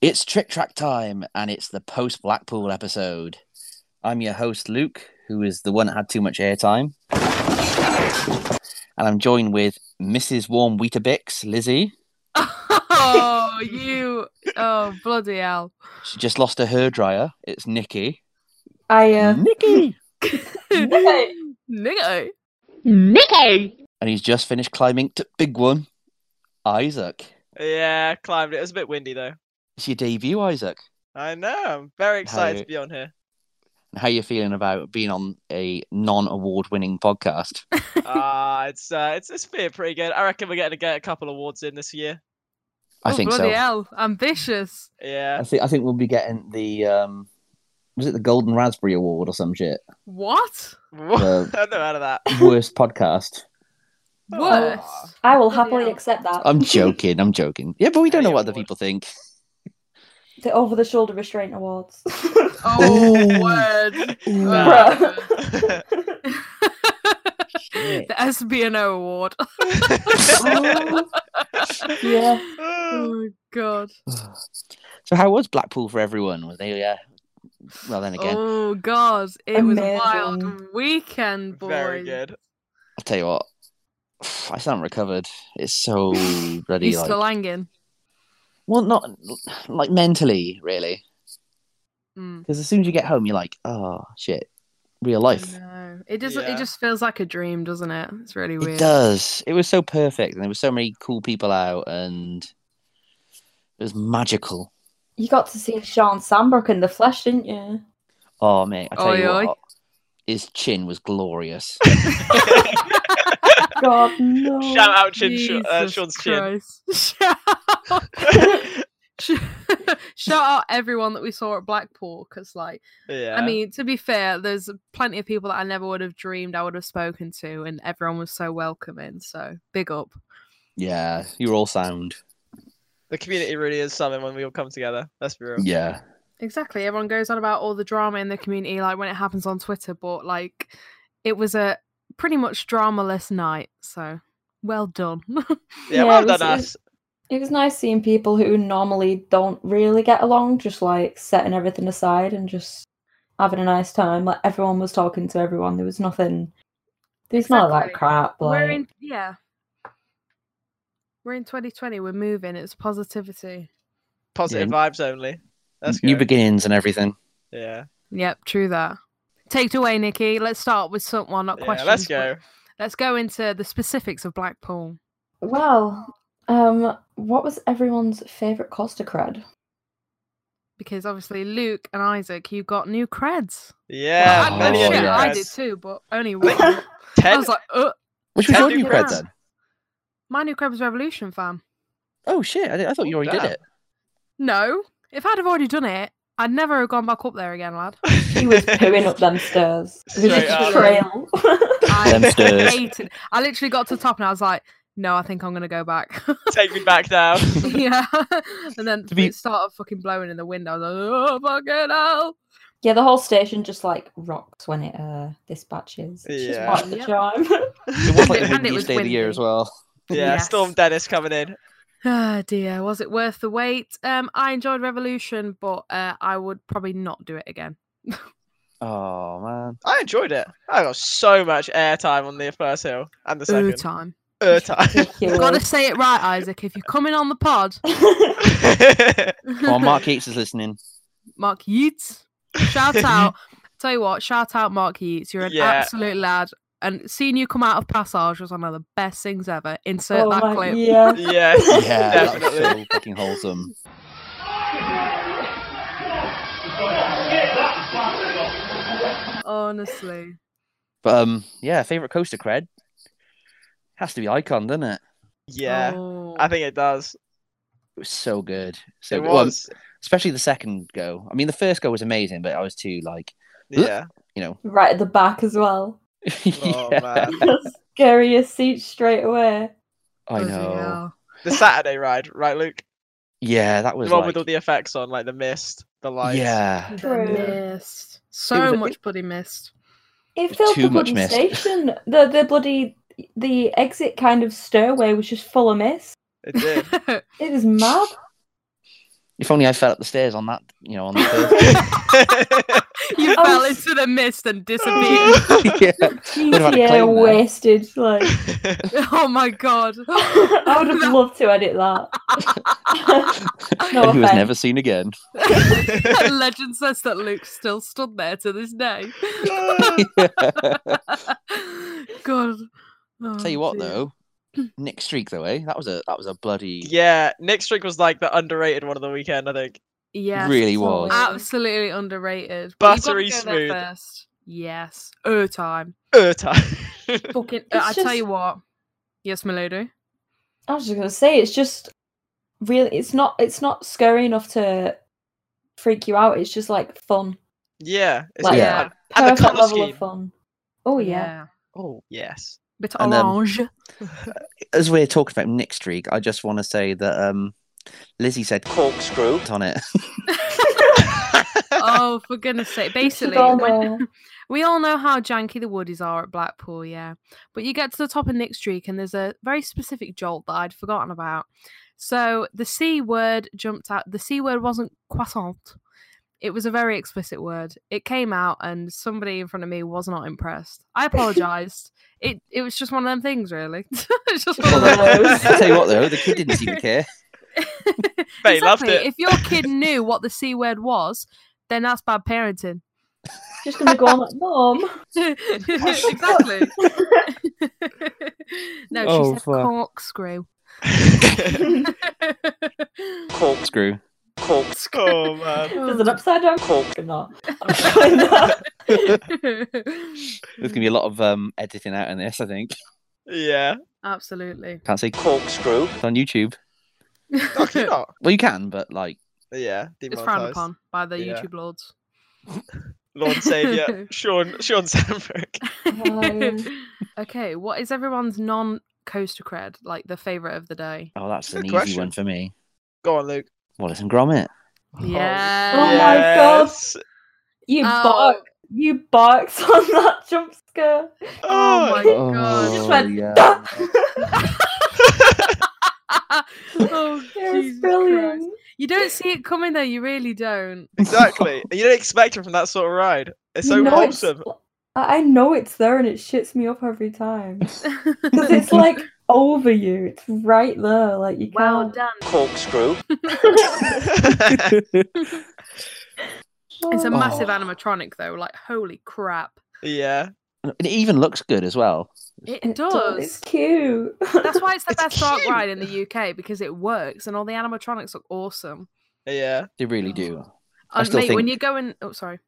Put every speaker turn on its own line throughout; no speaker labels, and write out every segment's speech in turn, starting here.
It's Trick Track time, and it's the post Blackpool episode. I'm your host, Luke, who is the one that had too much airtime. And I'm joined with Mrs. Warm Weetabix, Lizzie.
Oh, you! Oh, bloody hell!
She just lost her hairdryer. It's Nikki.
I uh,
Nikki!
Nigga,
And he's just finished climbing to big one, Isaac.
Yeah, climbed it. It was a bit windy though.
It's your debut, Isaac.
I know. I'm very excited
Hey.
to be on here.
And how you feeling about being on a non-award winning podcast?
Ah, it's uh, it's it's feeling pretty good. I reckon we're going to get a couple awards in this year.
I
oh,
think
bloody
so.
hell! Ambitious.
Yeah.
I think I think we'll be getting the um was it the Golden Raspberry Award or some shit?
What?
What? I know out of that.
Worst podcast. Oh.
Worst.
I will
Bloody
happily
hell.
accept that.
I'm joking. I'm joking. Yeah, but we don't know what other people think.
the over the shoulder restraint awards.
Oh,
Ooh.
word! Oh,
Nah.
Bruh.
the SBNO award.
Oh, yeah.
Ah,
Oh God.
so how was Blackpool for everyone? Was they? Uh, well, then again,
Oh God. It was a wild
Amazing.
weekend, boys.
Very good.
I'll tell you what. I sound recovered. It's so bloody
Used
like
to langing.
well, not like mentally really.
Mm.
Because as soon as you get home, you're like, oh shit, real life.
I know. It doesn't.
Yeah.
It just feels like a dream, doesn't it? It's really
It
weird.
does. It was so perfect, and there were so many cool people out, and it was magical.
You got to see Sean Sandbrook in the flesh, didn't you?
Oh mate, I tell
Oi,
you
oi.
what, his chin was glorious.
God no.
Shout out Chin Sh- uh,
Jesus
Sean's
Christ.
chin.
Shout out. Shout out everyone that we saw at Blackpool because, like,
yeah.
I mean, to be fair, there's plenty of people that I never would have dreamed I would have spoken to, and everyone was so welcoming. So, big up.
yeah, you were all sound.
the community really is something when we all come together. Let's be real.
Yeah,
Exactly. Everyone goes on about all the drama in the community, like when it happens on Twitter, but like it was a pretty much dramaless night. So, well done.
Yeah,
Yeah,
well
it was-
done us.
It was nice seeing people who normally don't really get along, just like setting everything aside and just having a nice time. Like everyone was talking to everyone. There was nothing. There's not like
Exactly.
crap.
We're
Like,
in, yeah. We're in 2020. We're moving. It's positivity.
Positive
Yeah.
vibes only. That's
new
good.
beginnings and everything.
yeah.
Yep, true that. Take it away, Nikki. Let's start with some well, not
yeah.
questions.
Let's
but
go.
Let's go into the specifics of Blackpool.
Well, um, what was everyone's favourite Costa cred?
Because obviously Luke and Isaac, you got new creds.
Yeah.
Oh,
I,
many
shit,
new
I did
creds.
too, but only
Wait,
one. I
Ten.
was like, uh,
Which was
Tell
your
me
new
about
cred
it.
then?
my new cred was Revolution, fam.
Oh shit, I, di- I thought you
Oh,
already did
damn.
it.
No, if I'd have already done it, I'd never have gone back up there again, lad.
He was pooing up them stairs. It was
Straight
just a
up.
trail.
Them
I
stairs.
hated. I literally got to the top and I was like, no, I think I'm gonna go back.
Take me back now.
yeah, and then
To be-
it started fucking blowing in the wind. I was like, oh fucking hell!
yeah, the whole station just like rocks when it uh dispatches. It's just
Yeah.
part of the
Yep.
charm.
It was like
And
the
it
windiest
was
day of the year
windy.
as well.
Yeah,
Yes.
Storm Dennis coming in.
Ah dear, was it worth the wait? Um, I enjoyed Revolution, but uh, I would probably not do it again.
Oh man,
I enjoyed it. I got so much airtime on the first hill and the
Ooh,
second.
time.
Air time.
You gotta
Ridiculous.
say it right, Isaac. If you're coming on the pod,
oh Mark Yates is listening.
Mark Yeats. Shout out. Tell you what, shout out Mark Yeats. You're an
Yeah.
absolute lad. And seeing you come out of Passage was one of the best things ever. Insert
Oh
that
my-
clip.
Yeah.
yes,
Yeah, that was
definitely.
so fucking wholesome.
Honestly.
But um, yeah, favorite coaster cred has to be Icon, doesn't it?
Yeah,
Oh.
I think it does.
It was so good. So
It
good. Well,
was.
especially the second go. I mean, the first go was amazing, but I was too like,
Yeah.
you know,
Right at the back as well.
Oh
yeah,
man,
Scariest seat straight away.
I
Bloody
know.
hell.
the Saturday ride, right, Luke?
Yeah, that
The
was
one
like,
with all the effects on, like the mist, the lights.
yeah,
The
True.
It
mist.
was
So
a-
much bloody mist.
It
was
filled
too
the
much
bloody
mist.
station. The the bloody the exit kind of stairway was just full of mist.
it did.
It was mad.
If only I fell up the stairs on that, you know, on the first.
You
Oh,
fell
s-
into the mist and disappeared.
yeah. They'd have had to
GTA
claim that.
wasted. Like,
oh my god.
I would have loved to edit that. no
and he was
offense.
never seen again.
Legend says that Luke still stood there to this day. Oh, God. Oh,
Tell you what,
dear.
though, Nick Streak, though, eh? That was a that was a bloody.
yeah, Nick Streak was like the underrated one of the weekend, I think.
Yes.
really was.
Absolutely underrated. But you've gotta
Buttery
go there
smooth.
First. Yes. Er time.
Urta.
Fucking. uh,
It's
I tell
just-
you what. Yes, Melody.
I was just gonna say it's just really it's not it's not scary enough to freak you out. It's just like fun,
yeah, it's
like
good
Yeah.
fun.
that
And the
perfect
colour
level
scheme.
of fun. Oh yeah,
Oh yes.
Bit
And, um,
orange.
As we're talking about Nick Streak, I just want to say that um, Lizzie said corkscrew on it.
oh, for goodness sake.
Should
Basically,
all
when-
know.
we all know how janky the woodies are at Blackpool, yeah. But you get to the top of Nick Streak, and there's a very specific jolt that I'd forgotten about. So the C word jumped out. The C word wasn't croissant. It was a very explicit word. It came out, and somebody in front of me was not impressed. I apologized. it it was just one of them things, really. it's just one of them.
Well,
things.
I tell you what, though, the kid didn't seem to care.
They loved
Exactly.
it.
If your kid knew what the C word was, then that's bad parenting.
just gonna go on like mom.
exactly. no, she
Oh,
said
fuck.
corkscrew.
Corkscrew.
oh man.
There's an upside down cork or not.
There's gonna be a lot of um, editing out in this, I think.
Yeah.
Absolutely.
Can't say corkscrew It's on YouTube.
Oh, can you
it's
not?
Well, you can, but like,
Yeah.
frowned
demonetised.
upon by the
Yeah.
YouTube lords.
Lord Savior. Sean Sean Sandberg.
Um,
okay, what is everyone's non coaster cred, like the favourite of the day?
oh, that's
Good
an easy
question.
one for me.
Go on, Luke.
Wallace and Gromit.
Yeah.
Oh my God.
Yes.
you
Oh.
bark, you barked on that jump scare.
Oh
Ah,
my
You
god.
just went,
yeah.
oh,
it was
Jesus
brilliant.
Christ. You don't see it coming though, you really don't.
Exactly. you don't expect him from that sort of ride. It's so
You know it's-
wholesome.
I I know it's there and it shits me up every time. Because it's like over you. It's right there. Like you
well
can't.
done.
corkscrew.
It's a
Oh.
massive animatronic though, like holy crap.
yeah.
it even looks good as well.
It,
It
does.
It's cute.
That's why it's the
It's
best dark
cute.
ride in the UK because it works and all the animatronics look awesome.
Yeah.
They really
Oh.
do. I
And
still
mate, when
think-
you're going oh sorry.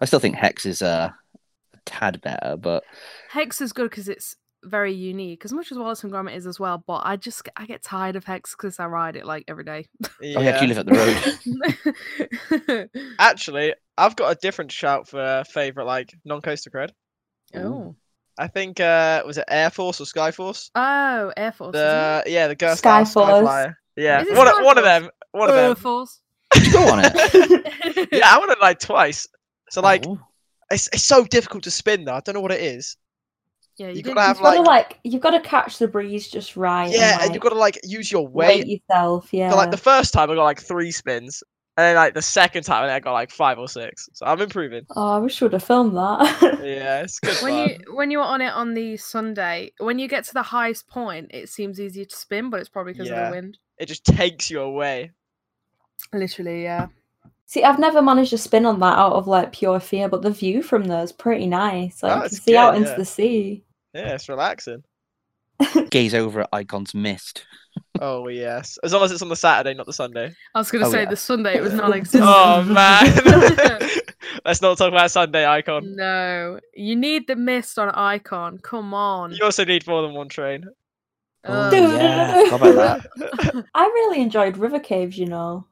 I still think Hex is uh, a tad better, but
Hex is good because it's very unique, as much as Wallace and Gromit is as well, but I just I get tired of Hex because I ride it like every day.
Yeah.
oh, yeah, you live up the road.
Actually, I've got a different shout for uh, favorite like non-coaster cred.
oh.
I think uh was it Air Force or Sky Force?
Oh, Air Force.
The yeah, the girl
Sky
Sky
Force.
Flyer. Yeah,
Is it
one, of-
Sky
one of
Force?
them. One of
Air
them.
Force.
Go on it.
Oh.
Yeah, I won it like twice. So like,
Oh.
it's it's so difficult to spin though. I don't know what it is.
yeah,
you
you
gotta
did
have,
you've gotta like you've gotta catch the breeze just right.
yeah,
and,
and you've got to like use your weight.
weight yourself. Yeah.
So like the first time I got like three spins, and then like the second time I think I got like five or six. So I'm improving.
Oh, I wish we would have filmed that.
Yeah, it's good
when
fun.
you when you're on it on the Sunday, when you get to the highest point, it seems easier to spin, but it's probably because
Yeah.
of the wind.
It just takes you away.
Literally, yeah.
see, I've never managed to spin on that out of like pure fear, but the view from there is pretty nice. Like
Oh,
you can
it's
see out
good,
into
yeah.
the sea.
Yeah, it's relaxing.
Gaze over at Icon's mist.
Oh yes, as long as it's on the Saturday, not the Sunday.
I was gonna
Oh,
say
yeah.
the Sunday it was non-existent.
Oh man, let's not talk about Sunday icon.
No, you need the mist on Icon. Come on.
You also need more than one train.
Ugh.
Dude.
Oh, yeah. How about that?
I really enjoyed river caves, you know.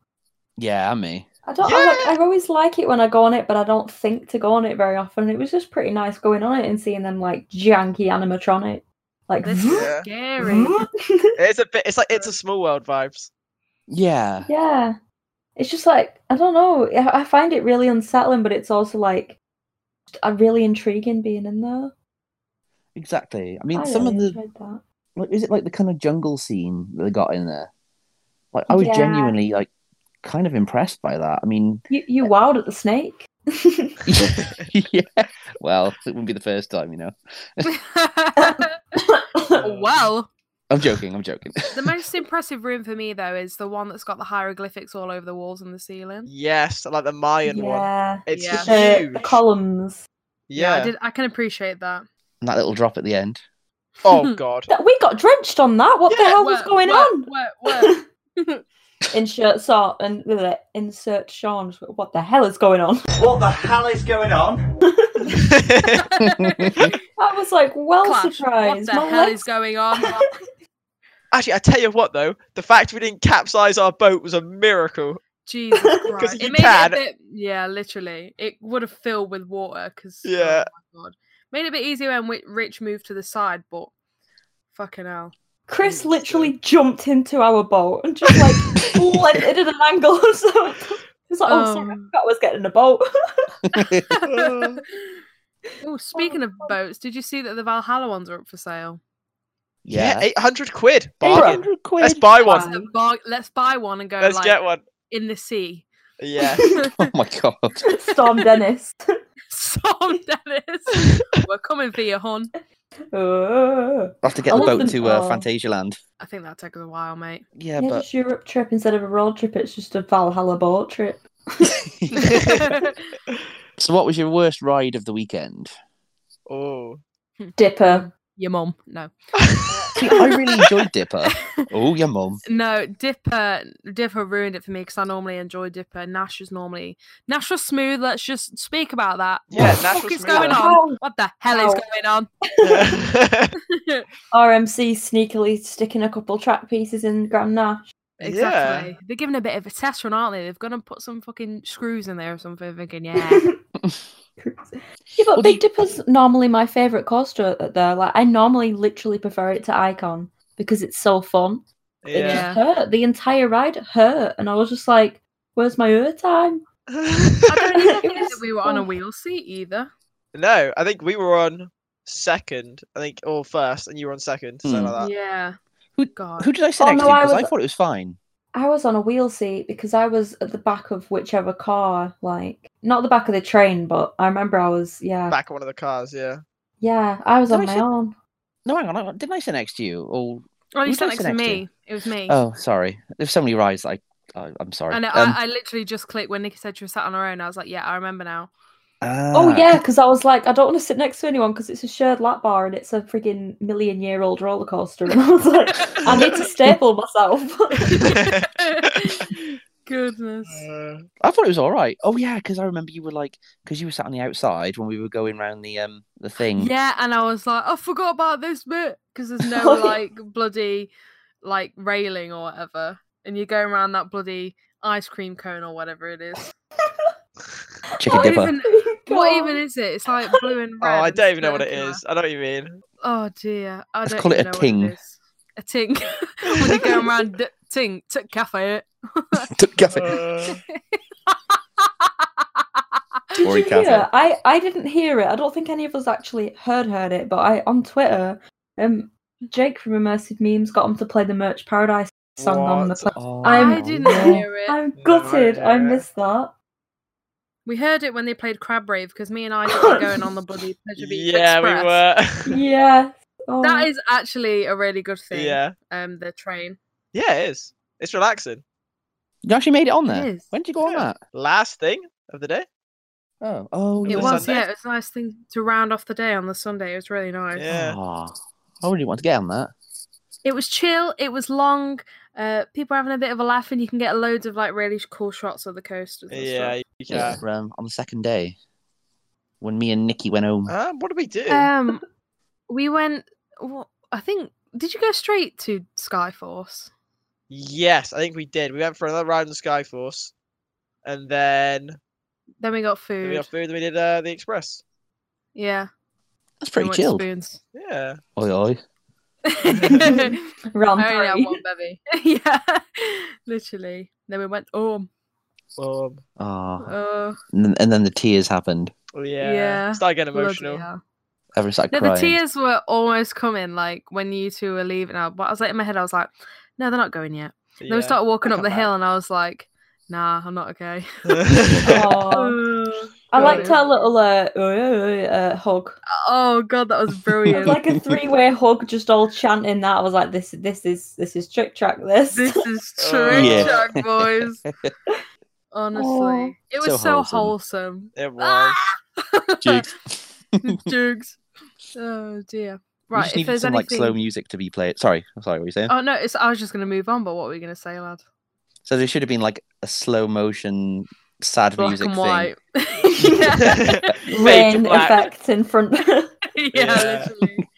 Yeah, and me.
I don't. I, like, I always like it when I go on it, but I don't think to go on it very often. It was just pretty nice going on it and seeing them like janky animatronic, like
This is
Yeah.
scary.
It's a bit. It's like it's a small world vibes.
Yeah.
yeah. It's just like I don't know. I I find it really unsettling, but it's also like a really intriguing being in there.
Exactly. I
I
mean,
really
some of the
enjoyed that.
like, is it like the kind of jungle scene that they got in there? Like, I was
Yeah.
genuinely like kind of impressed by that. I mean,
You, you wowed at the snake.
yeah. Well, it wouldn't be the first time, you know.
well,
I'm joking. I'm joking.
the most impressive room for me though is the one that's got the hieroglyphics all over the walls and the ceiling.
Yes, like the Mayan one.
yeah.
It's
Yeah.
The,
huge.
the columns.
yeah.
I did. I can appreciate that.
And that little drop at the end.
Oh god.
That- We got drenched on that. What the
Yeah,
hell was
Work,
going
work,
on?
work, work.
Insert Sean and uh, insert Sean. What the hell is going on?
What the hell is going on?
I was like, well
Clash, what
surprised.
the
My
hell
legs-
is going on?
Actually, I tell you what though, the fact we didn't capsize our boat was a miracle.
Jesus
'Cause
Christ!
you
It made
can.
it a bit, yeah, literally, it would have filled with water because
Yeah.
my God. made it a bit easier when Wi- Rich moved to the side, but fucking hell,
Chris
Interesting.
literally jumped into our boat and just like landed at an angle. So it's like, oh, sorry, I
Um.
forgot I was getting a boat.
Oh, speaking of boats, did you see that the Valhalla ones are up for sale?
Yeah,
yeah.
eight hundred quid. Bargain.
800 quid.
Let's buy one.
Let's, bar- let's buy one and go
Let's
like
get one.
in the sea.
Yeah.
Oh my god.
Storm Dennis.
Storm Dennis, we're coming for you, hon.
Oh.
I'll have to get
I
the
love
boat
them
to uh,
all.
Fantasia Land.
I think that took us a while, mate.
Yeah,
oh. Yeah,
but
just Europe trip instead of a road trip. It's just a Valhalla boat trip.
so what was your worst ride of the weekend?
oh.
Dipper.
Your mum, no,
See, I really enjoyed Dipper. Oh, your mum.
no. Dipper, Dipper ruined it for me because I normally enjoy Dipper. Nash is normally Nash was smooth. Let's just speak about that.
Yeah,
what the
Nash
fuck
was
is
smooth.
going on?
Wow.
What the hell is
Ow.
going on?
Yeah.
RMC sneakily sticking a couple track pieces in Grand Nash.
Exactly. They're giving a bit of a test run, aren't they? They've gone and put some fucking screws in there or something. Thinking, yeah,
Yeah, but
Well,
Big Dipper's normally my favourite coaster at there. Like I normally literally prefer it to Icon because it's so fun. It
Yeah.
just hurt. The entire ride hurt, and I was just like, "Where's my air time?"
I don't even
It
think that
was
we were on a
so-
wheel seat either.
no, I think we were on second. I think or first, and you were on second. Something
Hmm.
like that.
Yeah.
Who-
God.
Who did I sit
Oh,
next
no,
to?
I
Because I,
was-
thought it was fine.
I was on a wheel seat because I was at the back of whichever car, like not the back of the train, but I remember I was, yeah,
Back of one of the cars. Yeah.
yeah, I was
Did
on
I
my
sit-
own.
No, hang on. hang on, Didn't I sit next to you? Or
Oh, you
Who did
sat
I
next
sit
to
next to?
me. It was me.
oh, sorry. There's so many rides. that I, I I'm sorry.
And I,
Um,
I literally just clicked when Nikki said she was sat on her own. I was like, yeah, I remember now.
Oh
ah,
yeah, because I was like, I don't want to sit next to anyone because it's a shared lap bar and it's a friggin' million year old roller coaster, and I was like, I need to staple myself.
Goodness.
Uh,
I thought it was all right. Oh yeah, because I remember you were like, because you were sat on the outside when we were going round the um the thing.
Yeah, and I was like, I forgot about this bit because there's no
Oh, yeah.
like bloody like railing or whatever, and you're going around that bloody ice cream cone or whatever it is.
Chicken
What
dipper.
even? What even is it? It's like blue and
oh,
red.
I
and
don't even know what it
circular.
is. I know what you mean.
Oh dear, I
Let's
don't
call it
even
a
know what
ting.
is. A ting. when you're going around d- ting t- cafe.
Took cafe.
Uh,
Did
Or
you
he can't
hear?
say.
I, I didn't hear it. I don't think any of us actually heard heard it, but I on Twitter, um, Jake from Immersive Memes got him to play the Merch Paradise song on the.
What?
Pla-
Oh,
I'm-
I didn't
no.
hear it.
I'm
No
gutted. I
idea.
missed that.
We heard it when they played Crab Rave because me and I were going on the bloody Pleasure Beach
yeah,
Express.
we were.
Yeah. Oh,
That is actually a really good thing.
yeah.
Um, the train.
Yeah, it is. It's relaxing.
You actually made it on there.
is.
When did you go on
Yeah.
that?
Last thing of the day.
Oh, oh,
It
the
was,
Sunday.
yeah, it was a nice thing to round off the day on the Sunday. It was really nice.
Yeah.
Ah, I really want to get on that.
It was chill. It was long. Uh, people were having a bit of a laugh, and you can get loads of like really cool shots of the coast. And
Yeah, you
Yeah.
can.
Um, on the second day, when me and Nikki went home,
Um, what do we do?
stuff. Um, we went. wha- I think. Did you go straight to Skyforce?
yes, I think we did. We went for another round in Skyforce, and then
Then we got food.
then we got food. Then we did uh, the express.
Yeah.
that's
then
pretty
we
chilled.
went to
Yeah.
Oi, oi.
Spoons.
round
I only had
three.
one bevy. yeah, literally. Then we went, oh,
Um.
Ah,
oh,
and, then- and then the tears happened.
Yeah.
Yeah,
Start getting
bloody
emotional.
hell.
Everyone started
No,
crying.
the tears were almost coming, like when you two were leaving. I, but I was like in my head, I was like, no, they're not going yet. Then we
Yeah.
started walking
They'll
up the
come
hill, and I was like, Nah, I'm not okay.
Aw. Oh, I liked her little uh, uh, uh, hug.
Oh god, that was
It was
brilliant.
like a three-way hug, just all chanting that. I was like, this, this is, this is trick track. This.
this is
Oh.
true,
Yeah.
Jack boys. Honestly,
Aw.
it was
So
so,
wholesome.
wholesome.
It was.
Ah!
Jigs.
Jigs. Oh dear.
we
Right.
just
if
need
there's
some like
anything.
slow music to be played. Sorry, I'm sorry, what were you saying?
oh no, it's, I was just going to move on. But what were you going to say, lad?
so there should have been like a slow motion sad
Black
music
and
thing.
white. yeah.
Fake
rain
black.
effect in front.
yeah,
Yeah.
literally.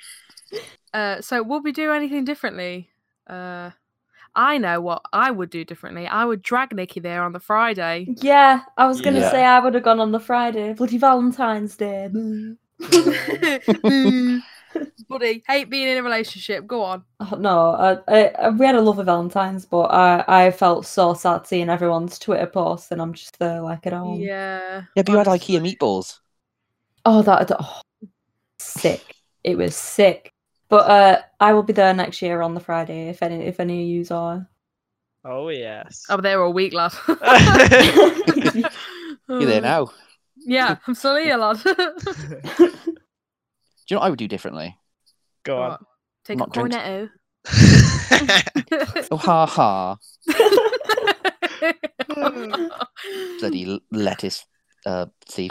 Uh, so, would we do anything differently? Uh, I know what I would do differently. I would drag Nikki there on the Friday.
yeah, I was gonna
Yeah.
say I would have gone on the Friday, bloody Valentine's Day. Mm.
Buddy, hate being in a relationship. Go on.
Oh, no, I, I, I- we had a love of Valentine's, but I, I felt so sad seeing everyone's Twitter posts, and I'm just there like at home.
Yeah.
Yeah, but you had
Honestly.
IKEA meatballs.
Oh, that oh, sick. It was sick. But uh, I will be there next year on the Friday if any if any of yous are.
Oh yes.
Oh, they were a week, lad.
You're there now.
Yeah, I'm still here, lad.
Do you know what I would do differently?
Go on.
What? Take
Not
a
drink-
cornetto.
Oh ha ha! Bloody l- lettuce uh, thief.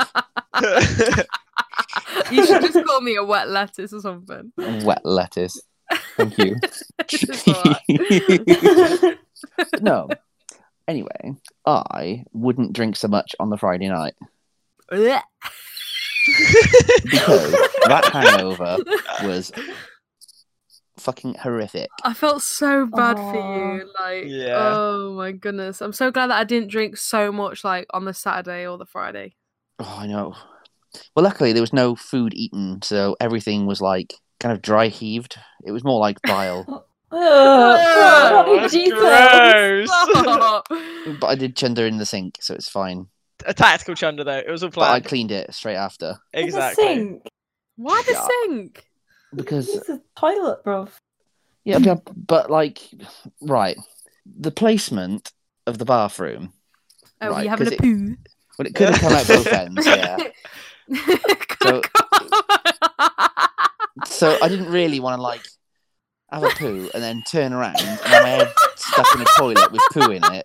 you should just call me a wet lettuce or something.
Wet lettuce. Thank you.
It's alright.
no. Anyway, I wouldn't drink so much on the Friday night
Blech.
because that hangover was fucking horrific.
I felt so bad for
Aw.
you. Like,
Yeah.
oh my goodness. I'm so glad that I didn't drink so much, like, on the Saturday or the Friday.
Oh, I know. Well, luckily there was no food eaten, so everything was like kind of dry heaved. It was more like bile.
Oh,
Oh, Ugh, bloody
that's
Jesus.
gross.
but I did chunder in the sink, so it's fine.
a tactical chunder though. It was a
But I
plan.
cleaned it straight after
It's a
exactly.
sink.
Why the
Yeah.
sink?
because
It's a toilet, bruv.
yeah, but- but like right, the placement of the bathroom
Oh, were
Right,
you having
'cause
a
it-
poo?
Well, it could have come out both ends, yeah. So- So I didn't really want to like have a poo and then turn around and have my head stuck in the toilet with poo in it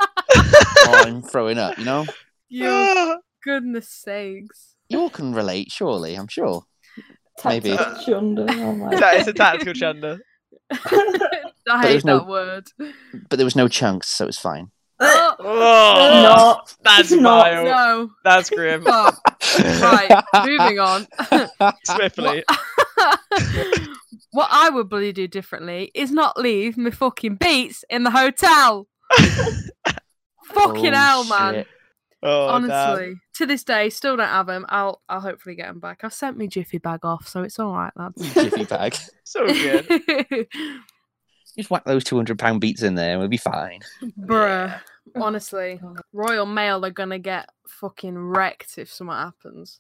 while I'm throwing up. You know,
Your goodness sakes.
you all can relate, surely. I'm sure. Maybe.
Tactical chunder, Oh my.
that is a tactical chunder.
I
there's
hate
no-
that word.
But there was no chunks, so it's fine.
Oh,
Oh,
no.
that's
it's not.
vile.
no.
That's grim.
Stop. Right, moving on.
Swiftly.
what I would bloody do differently is not leave my fucking beats in the hotel. fucking
Oh,
hell, man.
shit.
Oh, damn.
Honestly, to this day, still don't have them. I'll I'll hopefully get them back. I've sent me Jiffy bag off, so it's all right, lads.
Jiffy bag.
so good.
Just whack those two hundred pound beats in there, and we'll be fine.
Bruh, honestly,
God.
Royal Mail are gonna get fucking wrecked if something happens.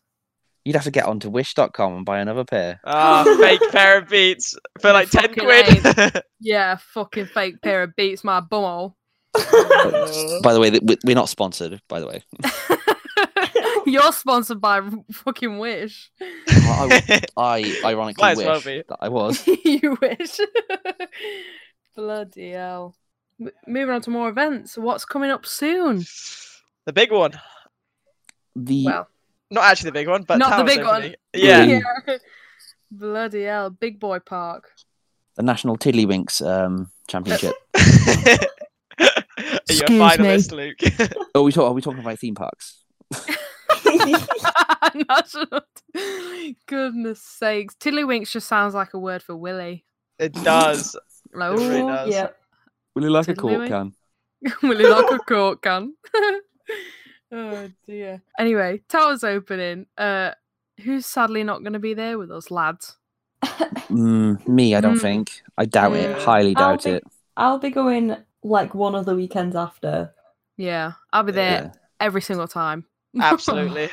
You'd have to get onto Wish.com and buy another pair.
Ah, fake pair of beats for like ten
Fucking
quid.
Yeah, fucking fake pair of beats, my bumhole.
Oh.
By the way, th- we- we're not sponsored. By the way,
You're sponsored by fucking Wish.
I, I ironically
Might as
wish
well be.
that I was.
you wish. Bloody hell. M- moving on to more events. What's coming up soon?
the big one.
The
Well,
Not actually the big one, but
Not the
Tao's
big one.
opening. Yeah.
Yeah.
Bloody hell. Big boy park.
the National Tiddlywinks um, Championship.
Are you a
Excuse
finalist, Luke?
oh, we talk, are we talking about theme parks?
National. Goodness sakes. Tiddlywinks just sounds like a word for Willy.
it does.
Like,
It really
"Ooh,
does.
yeah.
Will you like
a cork Tiddlywink? Willy like a cork can. oh dear. Anyway, Tower's opening. Uh who's sadly not gonna be there with us, lads?
Mm, me, I don't
Mm.
think. I doubt it.
Mm.
Highly
I'll
doubt
be-
it.
I'll be going like one of the weekends after.
Yeah. I'll be there
Yeah.
every single time.
Absolutely.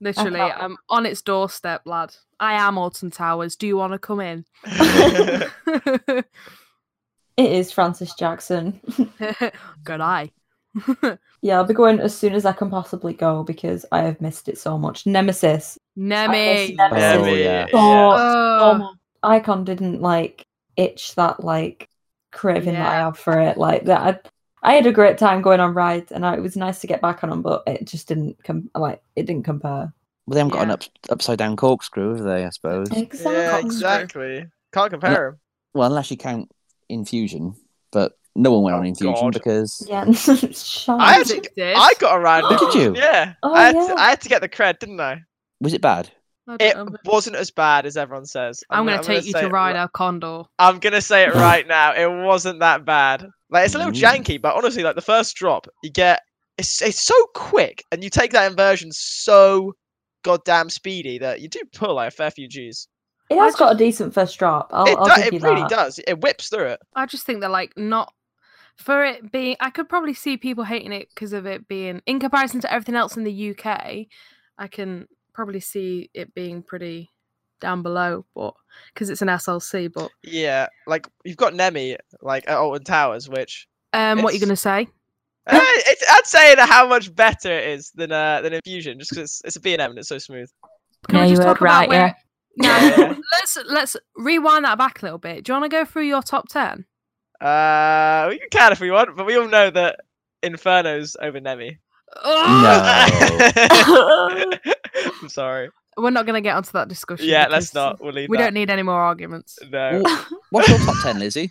Literally,
can't-
I'm on its doorstep, lad. I am Alton Towers. Do you want to come in? Good
It is Francis Jackson.
eye.
Yeah, I'll be going as soon as I can possibly go because I have missed it so much. Nemesis.
Nemi.
I miss
Yeah,
Nemesis.
we-
me,
yeah.
Oh,
Oh,
Icon didn't like itch that like craving that I
Yeah.
have for it. Like that, I, I had a great time going on rides, and I, it was nice to get back on them, but it just didn't come like it didn't compare.
Well, they haven't got an
Yeah.
up, upside down corkscrew, have they? I suppose.
Yeah,
Can't compare.
exactly. Can't compare 'em.
Well, unless you count Infusion, but no one went
Oh,
on Infusion
God.
because
Yeah, Shite.
I actually-
did.
I got around.
Did
it.
you?
Yeah.
Oh,
I, had
yeah.
To, I had to get the cred, didn't I?
was it bad?
I
It
don't know.
wasn't as bad as everyone says.
um, I'm
gonna-
going to take you
say
to
it
ride
ri-
our condor.
I'm gonna say it right now. It wasn't that bad. Like it's a little
Mm.
janky, but honestly, like the first drop, you get it's it's so quick, and you take that inversion so goddamn speedy that you do pull like a fair few G's.
It has got a decent first drop. I'll,
it
Oh, I'll
do-
give you
it really
that.
does. It whips through it.
I just think they're like not for it being. I could probably see people hating it because of it being in comparison to everything else in the UK. I can probably see it being pretty down below, but because it's an SLC. But
Yeah, like you've got Nemi like at Alton Towers, which
um, what are you
It's-
going to say?
eh, it's, I'd say that how much better it is than uh, than Infusion, just because it's, it's a B and M and it's so smooth.
Can
Yeah,
we
you
just
were
talk
right,
about where?
yeah.
No, let's let's rewind that back a little bit. Do you want to go through your top ten?
Uh, we can count if we want, but we all know that Inferno's over Nemi. I'm sorry.
We're not going to get onto that discussion.
Yeah, let's
because
not. We'll leave
We
that.
don't need any more arguments.
No.
Wha- What's your top ten, Lizzie?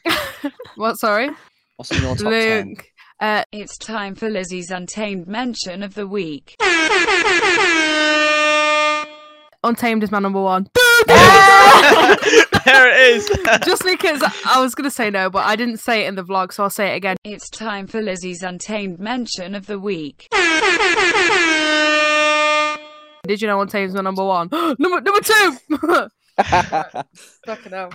What? Sorry,
What's in your top ten?
Luke. Uh,
It's time for Lizzie's Untamed Mention of the Week.
Untamed is my number one.
there it is.
Just because I was going to say no, but I didn't say it in the vlog, so I'll say it again.
It's time for Lizzie's Untamed Mention of the Week.
Did you know Untamed is my number one? number number two. Fucking hell.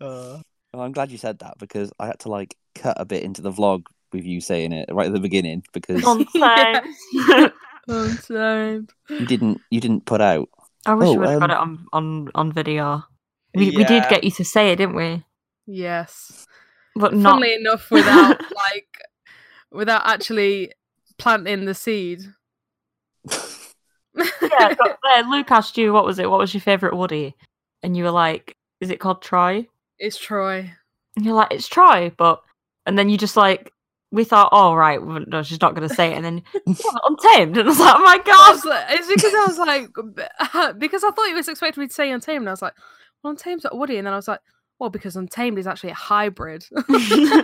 Uh,
Well, I'm glad you said that because I had to like cut a bit into the vlog with you saying it right at the beginning because
Oh,
Yeah. Untamed.
you didn't you didn't put out.
I
wish Oh, we would've got um, it
on on on video.
yeah.
you to say it, didn't we?
Yes.
But
Funnily enough, without like, without actually planting the seed.
yeah, but there, Luke asked you what was it? What was your favourite Woody? And you were like, "Is it called Troy?"
it's Troy.
And you're like, "It's Troy," but and then you just like we thought, "Oh right, well, no, she's not going to say it." And then "Yeah, untamed, and I was like, "Oh my
I
god!"
was like, it's because I was like, because I thought you was expecting me to say Untamed, and I was like, well, Untamed's at Woody, and then I was like, well, because Untamed is actually a hybrid.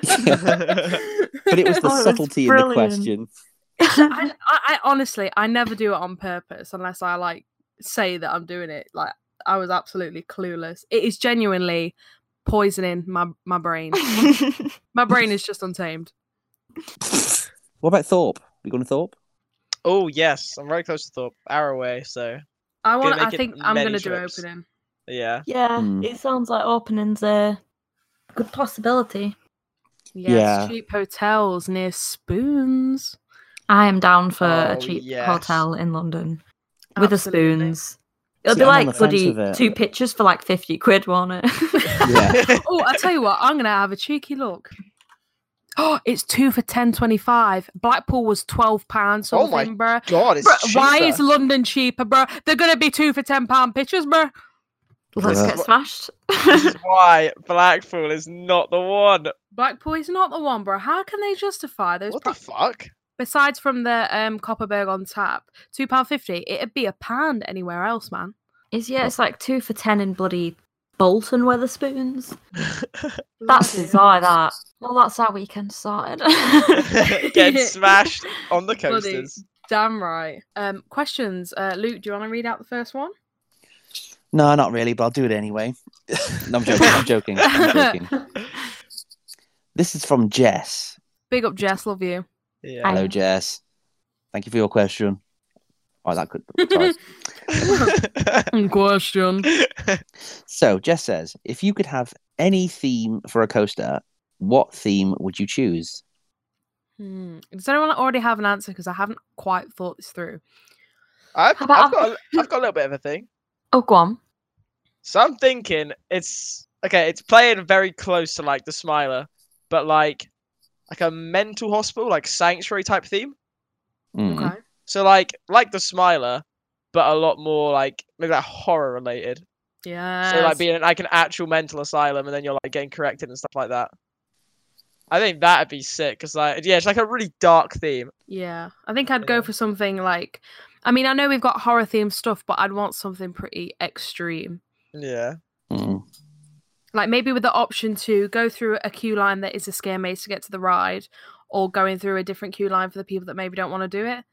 But it was the
Oh, that's
subtlety in the
brilliant.
question.
I, I, I honestly, I never do it on purpose unless I like say that I'm doing it. Like I was absolutely clueless. It is genuinely poisoning my my brain. my brain is just untamed.
What about Thorpe? You going to Thorpe?
oh yes, I'm very close to Thorpe. Hour away, so
I want.
make
I
it
think I'm
many
gonna do
trips.
opening.
yeah.
yeah,
Hmm.
it sounds like opening's a good possibility.
Yes,
Yeah.
cheap hotels near spoons.
I am down for a
Oh,
cheap
yes.
hotel in London with the
Absolutely.
spoons. It'll
See,
be
I'm on the
like
fence
bloody
with it.
two pictures for like fifty quid, won't it?
Yeah.
Oh, I tell you what, I'm gonna have a cheeky look. Oh, it's two for ten twenty five. Blackpool was twelve pounds.
Oh my
bruh.
God, it's
Bruh, Why is
cheaper.
London cheaper, bruh? They're gonna be two for ten pound pictures, bruh.
Let's
Yeah.
get smashed.
this is why Blackpool is not the one.
Blackpool is not the one, bro. How can they justify those?
What
pri-
the fuck?
Besides from the um Copperberg on tap, two pound fifty. It'd be a pound anywhere else, man.
Is yeah, it's like two for ten in bloody Bolton Weatherspoons. That's
Bloody
bizarre. That. Well, that's our weekend started.
Getting smashed on the
Bloody-
coasters.
Damn right. Um, questions. Uh, Luke, do you want to read out the first one?
No, not really, but I'll do it anyway. no, I'm joking. I'm joking. I'm joking. This is from Jess.
Big up, Jess. Love you.
Yeah.
Hello,
Hi.
Jess. Thank you for your question. Oh, that could. sorry.
Question.
so, Jess says, if you could have any theme for a coaster, what theme would you choose?
Hmm. Does anyone already have an answer? Because I haven't quite thought this through.
I've,
How
I've
about-
got a, I've got a little bit of a thing.
oh, go on.
So I'm thinking it's okay. It's playing very close to like the Smiler, but like like a mental hospital, like sanctuary type theme.
Mm.
Okay.
So like like the Smiler, but a lot more like maybe like horror related.
Yeah.
So like being in, like an actual mental asylum, and then you're like getting corrected and stuff like that. I think that'd be sick because like yeah, it's like a really dark theme.
Yeah, I think I'd go
Yeah.
for something like. I mean, I know we've got horror themed stuff, but I'd want something pretty extreme.
Yeah.
Mm.
Like maybe with the option to go through a queue line that is a scare maze to get to the ride, or going through a different queue line for the people that maybe don't want to do it.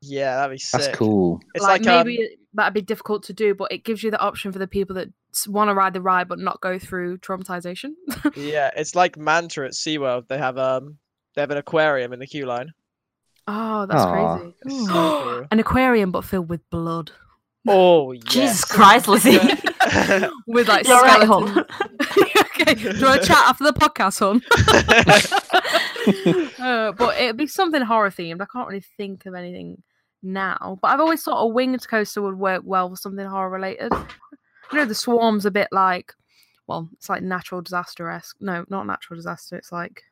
Yeah, that'd be sick.
That's cool.
It's
like,
like, um,
maybe it- that'd be difficult to do, but it gives you the option for the people that want to ride the ride but not go through traumatization.
um, yeah, it's like Manta at SeaWorld. They have um they have an aquarium in the queue line.
oh, that's
Aw.
It's
crazy.
so cool.
An aquarium but filled with blood,
Oh yes.
Jesus Christ, Lizzie.
with like
You're right,
skeletons.
hon.
okay, do you want to chat after the podcast, hon? uh, but it'd be something horror themed. I can't really think of anything now. But I've always thought a winged coaster would work well for something horror related. You know, the swarm's a bit like, well, it's like natural disaster esque. No, not natural disaster. It's like,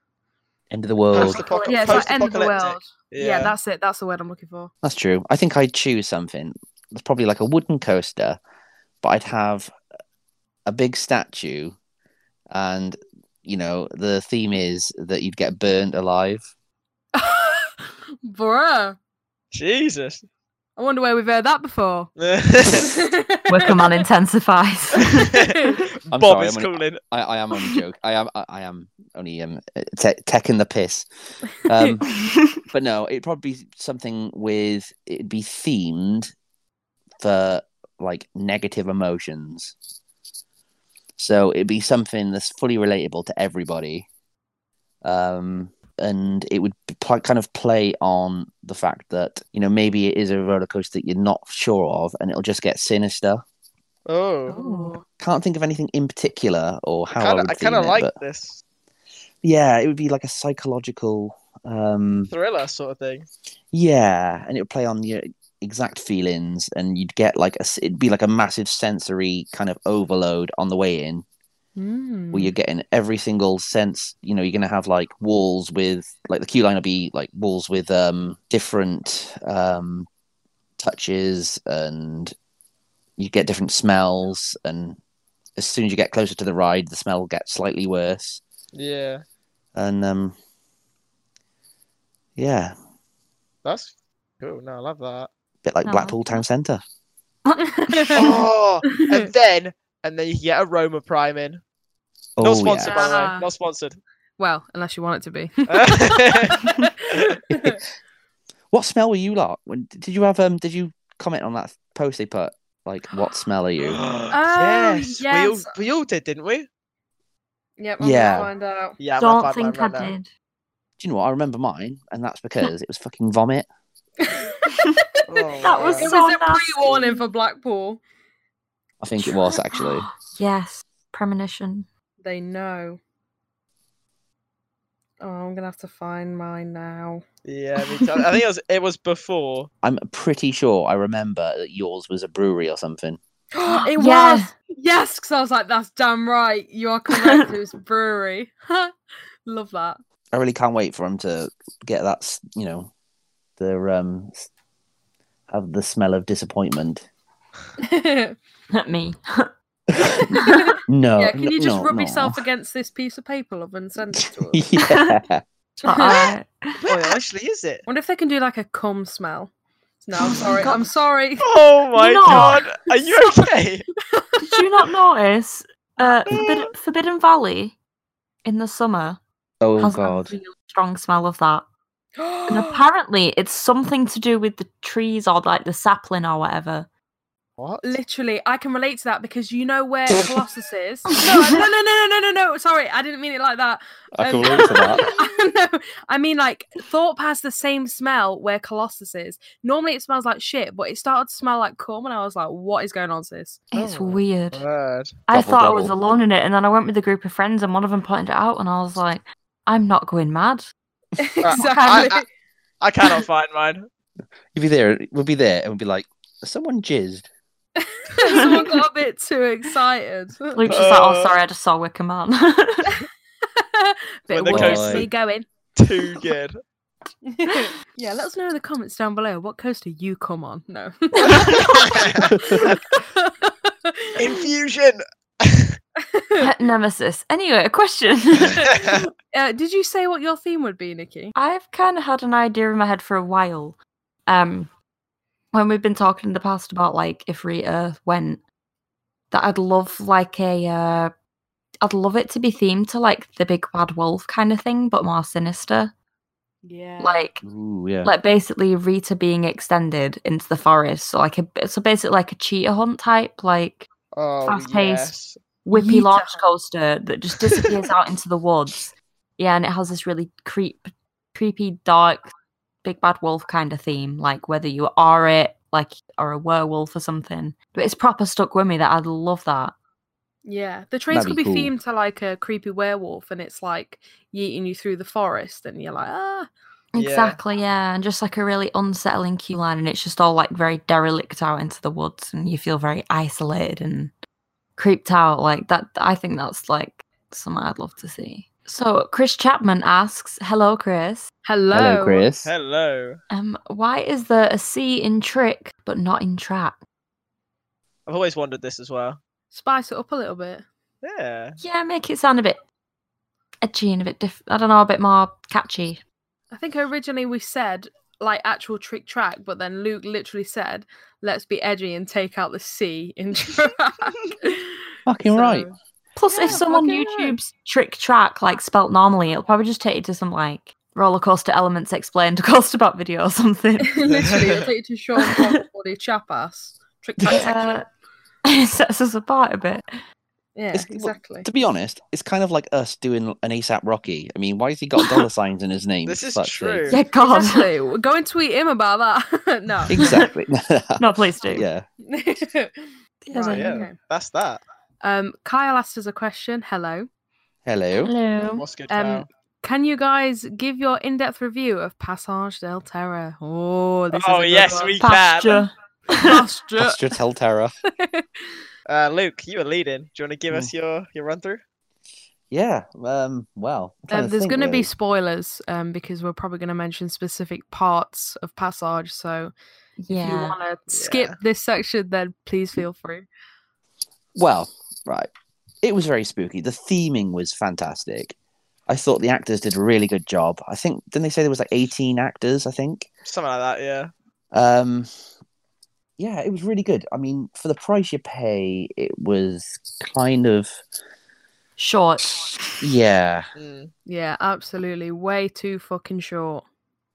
End of the world.
Post-apoc-
yeah, it's like end of the
post-apocalyptic.
world. Yeah. that's it. That's the word I'm looking for.
That's true. I think I'd choose something. It's probably like a wooden coaster, but I'd have a big statue, and you know the theme is that you'd get burned alive.
Bruh,
Jesus.
I wonder where we've heard that before.
Wicker Man intensifies.
I'm
Bob
sorry,
is
I'm gonna-
calling.
I, I am only joke. I am. I, I am only um te- teching the piss. Um, but no, it'd probably be something with it'd be themed for like negative emotions. So it'd be something that's fully relatable to everybody, um, and it would pl- kind of play on the fact that you know maybe it is a roller coaster that you're not sure of, and it'll just get sinister.
Oh,
Ooh.
Can't think of anything in particular or how I,
kinda,
would
I kind of
theme it,
like
but-
this
yeah it would be like a psychological um
thriller sort of thing.
yeah and it would play on your exact feelings and you'd get like a s- it'd be like a massive sensory kind of overload on the way in
hmm.
where you're getting every single sense you know you're gonna have like walls with like the queue line will be like walls with um different um touches and you get different smells and as soon as you get closer to the ride the smell gets slightly worse
Yeah,
and um yeah
that's cool. No, I love that.
bit like
Aw.
Blackpool Town Centre.
oh, and then and then you can get a Roma Prime in. Not
Oh,
sponsored, by the
Ah.
way. Not sponsored.
well, unless you want it to be.
What smell were you lot? When, did you have um? Did you comment on that post they put? Like, what smell are you?
Um,
yes, we all
yes.
we all did, didn't we?
yep,
I'm gonna Yeah.
find out.
Yeah, I'm gonna
Don't
find mine
think I
right now.
did.
Do you know what? I remember mine, and that's because it was fucking vomit.
Oh,
That was
man.
It
so
was a
nasty.
pre-warning for Blackpool.
I think it was actually.
yes. Premonition.
They know. Oh, I'm gonna have to find mine now.
yeah. Me too. I think it was it was before.
I'm pretty sure I remember that yours was a brewery or something.
it
Yeah.
was yes, because I was like, "That's damn right, you are correct." it was brewery. Love that.
I really can't wait for them to get that. s- You know, their um, s- have the smell of disappointment. Oh,
Not me.
No.
yeah, can you
n-
just
no,
rub
no.
yourself against this piece of paper, love, and send it to us?
yeah.
Alright.
Wait, actually, is Oh, it?
wonder if they can do like a cum smell. No, I'm sorry.
God.
I'm sorry.
Oh my
No.
god! Are you okay?
Did you not notice? Uh, Forbidden, Forbidden Valley in the summer
Oh
has
god.
a real strong smell of that. And apparently, it's something to do with the trees or like the sapling or whatever.
What?
Literally, I can relate to that because you know where Colossus is. No, I- no, no, no, no, no, no. Sorry, I didn't mean it like that.
I can
Um,
relate to that.
no, I mean like Thorpe has the same smell where Colossus is. Normally it smells like shit, but it started to smell like cum, and I was like, "What is going on, sis?"
It's
Oh.
weird.
Word.
I
Double,
thought I was
double.
alone in it, and then I went with a group of friends, and one of them pointed it out, and I was like, "I'm not going mad."
I,
exactly.
I, I cannot find mine.
You'd be there. We'd be there, and we'd be like, "Someone jizzed."
Someone got a bit too excited.
Luke's just like,
Uh.
"Oh, sorry, I just saw Wicker Man."
bit
When the
of
coast-
me going.
too good.
yeah, let us know in the comments down below what coaster you come on. No.
Infusion.
Pet nemesis. Anyway, a question.
uh, did you say what your theme would be, Nikki?
I've kind of had an idea in my head for a while. Um, when we've been talking in the past about like if Re Earth went, that I'd love like a, uh, I'd love it to be themed to like the big bad wolf kind of thing, but more sinister.
Yeah.
Like,
Ooh, yeah.
like basically Rita being extended into the forest. So like a, so basically like a cheetah hunt type, like
Oh,
Fast
yes.
pace. whippy
Yeeter.
launch coaster that just disappears out into the woods. Yeah, and it has this really creep, creepy, dark, big bad wolf kind of theme, like whether you are it, like or a werewolf or something. But it's proper stuck with me that I'd love that.
yeah. The trains
That'd be
could be
cool.
themed to like a creepy werewolf and it's like yeeting you through the forest and you're like, ah.
Yeah.
Exactly, yeah, and just like a really unsettling queue line, and it's just all like very derelict out into the woods, and you feel very isolated and creeped out. Like that, I think that's like something I'd love to see. So Chris Chapman asks, "Hello, Chris."
Hello.
Hello, Chris.
Hello.
Um, why is there a C in trick but not in track?
I've always wondered this as well.
Spice it up a little bit.
Yeah.
Yeah, make it sound a bit edgy and a bit diff. I don't know, a bit more catchy.
I think originally we said like actual trick track, but then Luke literally said, let's be edgy and take out the C in track.
Fucking right.
So-
Plus,
Yeah,
if someone
fucking right.
YouTube's trick track like spelt normally, it'll probably just take you to some like roller coaster elements explained coaster bat video or something.
literally, it'll take you to Sean Connery body chap ass. Trick track section.
uh, it sets us apart a bit.
Yeah,
It's-
exactly.
To be honest, it's kind of like us doing an ASAP Rocky. I mean, why has he got dollar signs in his name?
This is
Fuck's
true.
sake.
Yeah, God,
Exactly. We're Go and tweet him about that. no.
Exactly.
no, please do.
yeah.
Right,
yeah.
okay.
That's that.
Um, Kyle asked us a question. Hello.
Hello.
Hello.
What's good
Um,
now?
Can you guys give your in-depth review of Passage del Terra? Oh, this is
Oh,
a good
yes,
one.
we
Pasture.
Pasture.
Pasture Tell Terror.
Uh, Luke, you were leading. Do you want to give
Mm.
us your, your run through?
Yeah. Um. Well. I'm trying
Um,
to
there's
think,
going to be
really.
spoilers um, because we're probably going to mention specific parts of Passage. So if you
Yeah.
want to skip
Yeah.
this section, then please feel free.
Well, right. It was very spooky. The theming was fantastic. I thought the actors did a really good job. I think didn't they say there was like 18 actors? I think.
Something like that, yeah.
Um, yeah, it was really good. I mean, for the price you pay, it was kind of
Short.
yeah.
Mm.
Yeah, absolutely. Way too fucking short.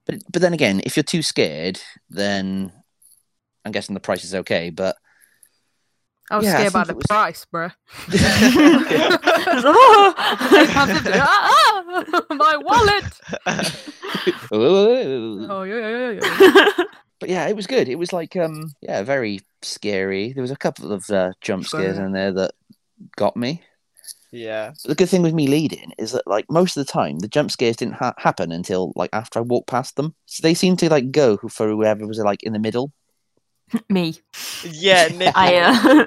But but then again, if you're too scared, then I'm guessing the price is okay. But
I was
Yeah, I
scared by
think
the
it was-
price, bruh.
Hmm.
Ah!
Ah, My wallet.
Ooh.
Oh yeah, yeah, yeah, yeah.
I
but yeah, it was good. It was like um yeah, very scary. There was a couple of uh, jump scares
Scare.
in there that got me.
yeah.
But the good thing with me leading is that like most of the time the jump scares didn't ha- happen until like after I walked past them. So they seemed to like go for whoever was like in the middle,
Me.
Yeah, Nick.
I uh,